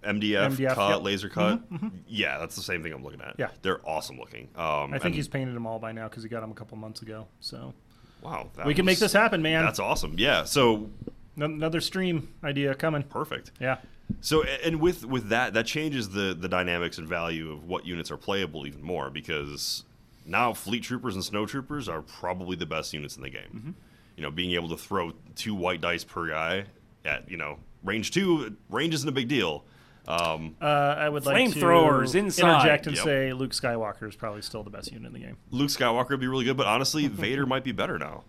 S6: MDF,
S8: MDF,
S6: cut,
S8: yep. Mm-hmm,
S6: laser cut. Yeah, that's the same thing I'm looking at.
S8: Yeah.
S6: they're awesome looking. Um,
S8: I think
S6: and-
S8: he's painted them all by now because he got them a couple months ago. So
S6: wow. that
S8: we can make
S6: was-
S8: this happen, man.
S6: That's awesome. Yeah. So
S8: N- Another stream idea coming.
S6: perfect.
S8: Yeah.
S6: So a- and with with that that changes the the dynamics and value of what units are playable even more because now fleet troopers and snow troopers are probably the best units in the game. You know, being able to throw two white dice per guy at you know range two range isn't a big deal. Um,
S8: Uh, I would like to
S7: Flamethrowers inside.
S8: interject and
S6: Yep.
S8: say Luke Skywalker is probably still the best unit in the game.
S6: Luke Skywalker would be really good, but honestly, Vader might be better now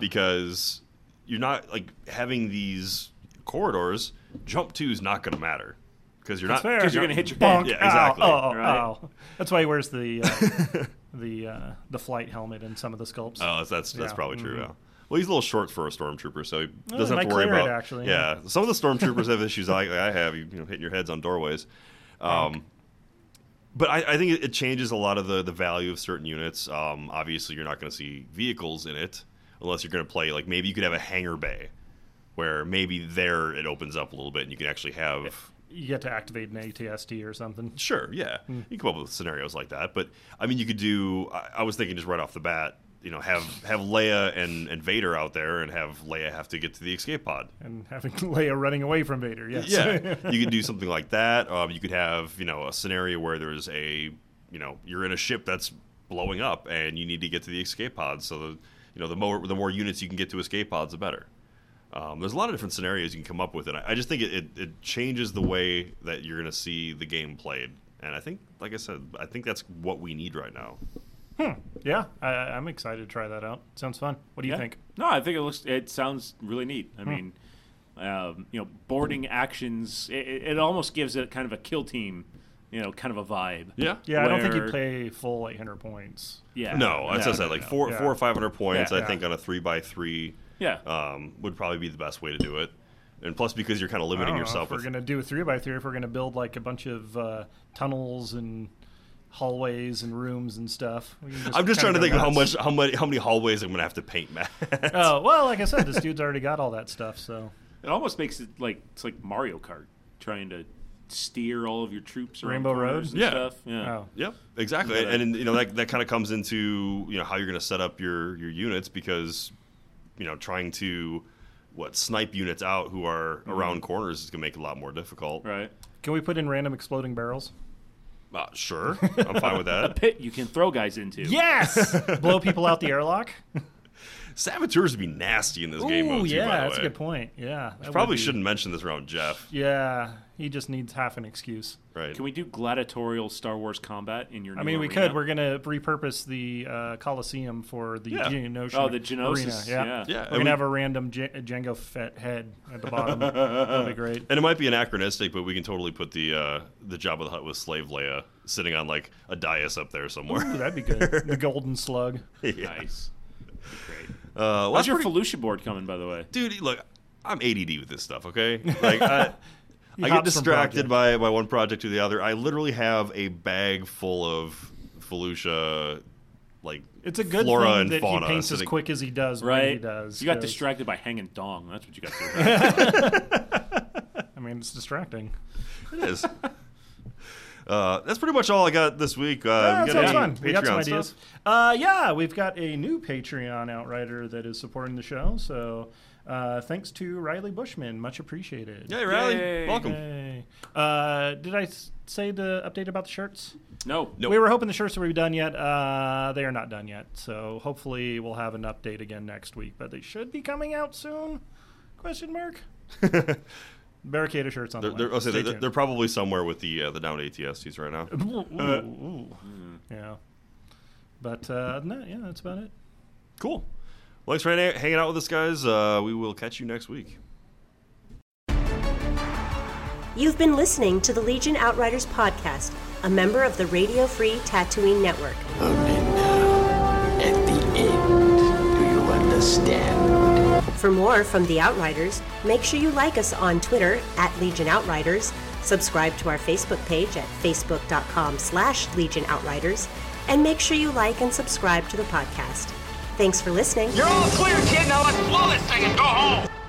S6: because you're not like having these corridors. Jump two is not going to matter because you're
S8: That's
S6: not
S8: fair.
S7: 'Cause you're gonna hit your
S8: Bonk.
S7: head.
S6: Yeah, exactly.
S8: Ow, ow,
S7: Right.
S8: ow. That's why he wears the uh, the uh, the flight helmet in some of the sculpts.
S6: Oh, that's that's, that's
S8: Yeah. Mm-hmm.
S6: probably true. Yeah. Well, he's a little short for a stormtrooper, so he
S8: Oh,
S6: doesn't
S8: they
S6: have
S8: might
S6: to worry
S8: clear it,
S6: about.
S8: actually,
S6: yeah. some of the
S8: *laughs*
S6: stormtroopers have issues like I have, you know, hitting your heads on doorways. Um, but I, I think it, it changes a lot of the, the value of certain units. Um, obviously, you're not going to see vehicles in it unless you're going to play like maybe you could have a hangar bay, where maybe there it opens up a little bit and you can actually have.
S8: You get to activate an ATST or something. *laughs*
S6: Sure, yeah, you can come up with scenarios like that. But I mean, you could do. I, I was thinking just right off the bat, you know, have have Leia and, and Vader out there, and have Leia have to get to the escape pod.
S8: And having *laughs* Leia running away from Vader.
S7: *laughs*
S8: Yes.
S6: Yeah, you could do something like that. Um, you could have you know a scenario where there's a you know you're in a ship that's blowing up, and you need to get to the escape pod. So the you know the more the more units you can get to escape pods, the better. Um, there's a lot of different scenarios you can come up with, and I, I just think it, it, it changes the way that you're going to see the game played. And I think, like I said, I think that's what we need right now.
S8: *laughs* yeah. I, I'm excited to try that out. Sounds fun. What do you
S7: Yeah.
S8: think? Hmm.
S7: No, I think it looks. It sounds really neat. I mean, um, you know, boarding actions. It, it it almost gives it kind of a kill team, you know, kind of a vibe.
S6: Yeah.
S8: Yeah, I don't think
S7: Where-
S8: you'd play full 800 points.
S7: Yeah.
S6: No, as I
S7: no,
S6: said, like
S7: no.
S6: four,
S8: Yeah.
S6: four or five hundred points.
S7: Yeah.
S6: I think on a three by three
S7: Yeah.
S6: um, would probably be the best way to do it. And plus, because you're kind of
S8: I
S7: Oh,
S6: limiting
S8: don't know
S6: yourself
S8: if we're
S6: with
S8: going to do a three by three, if we're going to build like a bunch of uh, tunnels and hallways and rooms and stuff. we can
S6: I'm just
S8: kinda
S6: trying to
S8: go
S6: think of how
S8: nuts.
S6: much, how many, how many hallways I'm going to have to paint, *laughs* Matt.
S8: Oh well, like I said, this dude's already got all that stuff. So
S7: It almost makes it like it's like Mario Kart trying to steer all of your troops around
S8: Rainbow
S7: corners
S8: Road?
S7: and
S6: Yeah.
S7: stuff. Yeah.
S8: oh,
S6: Yep, exactly.
S7: Yeah.
S6: And, and you know that that kind of comes into you know how you're going to set up your your units because you know trying to what snipe units out who are around corners is going to make it a lot more difficult.
S7: Right.
S8: can we put in random exploding barrels?
S6: Uh, sure, I'm fine with that. *laughs*
S7: Pit you can throw guys into.
S8: Yes, *laughs* blow people out the airlock.
S6: Saboteurs would be nasty in this game
S8: Ooh,
S6: mode. Too,
S8: yeah,
S6: by the
S8: that's
S6: way.
S8: a good point. Yeah, that would
S6: Probably
S8: be-
S6: shouldn't mention this around Jeff.
S8: Yeah, he just needs half an excuse.
S6: Right.
S7: Can we do gladiatorial Star Wars combat in your?
S8: I
S7: new
S8: mean, we
S7: arena?
S8: could. We're gonna repurpose the uh, Coliseum for the
S6: Yeah.
S8: Geonosis.
S7: Oh, the
S8: Arena.
S7: Genosis, yeah.
S6: Yeah,
S8: We're
S6: and
S8: gonna
S6: we-
S8: have a random J- Django Fett head at
S6: *laughs*
S8: the bottom. That'd be great.
S6: And it might be anachronistic, but we can totally put the uh, the Jabba the Hutt with Slave Leia sitting on like a dais up there somewhere. *laughs*
S8: Ooh, that'd be good. the Golden Slug. *laughs*
S7: nice. Great.
S6: Uh, well, that's
S7: How's your
S6: pretty-
S7: Felucia board coming, by the way?
S6: dude, look, I'm ADD with this stuff,
S8: *laughs*
S6: okay? Like, I, I get
S8: hops from
S6: distracted
S8: project.
S6: by, by one project to the other. I literally have a bag full of Felucia, like,
S8: It's a good
S6: flora
S8: thing
S6: and
S8: that
S6: fauna.
S8: he paints
S6: so
S8: as
S6: they-
S8: quick as he does. when
S7: Right.
S8: he does.
S7: you got
S8: 'cause,
S7: distracted by hanging dong. That's what you
S8: *laughs*
S7: got to do.
S8: I mean, it's distracting.
S6: *laughs* It is. Uh, that's pretty much all I got this week. Uh,
S8: Yeah,
S6: we
S8: that
S6: got
S8: sounds
S6: any
S8: fun. we got
S6: Patreon
S8: some ideas.
S6: stuff?
S8: Uh, yeah, we've got a new Patreon outrider that is supporting the show. So uh, thanks to Riley Bushman, much appreciated.
S6: Hey, Riley,
S7: Yay.
S6: welcome.
S8: Yay. Uh, did I s- say the update about the shirts?
S7: no.
S6: Nope.
S8: We were hoping the shirts would be done yet. Uh, they are not done yet. So hopefully we'll have an update again next week. But they should be coming out soon?
S6: *laughs*
S8: Question mark. Barricade shirts on
S6: They're,
S8: the
S6: they're,
S8: way.
S6: I'll say
S8: Stay
S6: they're,
S8: tuned.
S6: they're probably somewhere with the uh, the down ATSTs right
S8: *laughs*
S6: now.
S8: Ooh, ooh, ooh. Yeah. But uh, other than that, yeah, that's about it.
S6: Cool. Well, thanks for hang- hanging out with us, guys. Uh, we will catch you next week.
S1: You've been listening to the Legion Outriders podcast, a member of the Radio Free Tatooine Network.
S2: Only now, at the end, do you understand?
S1: For more from the Outriders, make sure you like us on Twitter at Legion Outriders, subscribe to our Facebook page at facebook.com slash Legion Outriders, and make sure you like and subscribe to the podcast. Thanks for listening.
S5: You're all clear, kid. Now let's blow this thing and go home.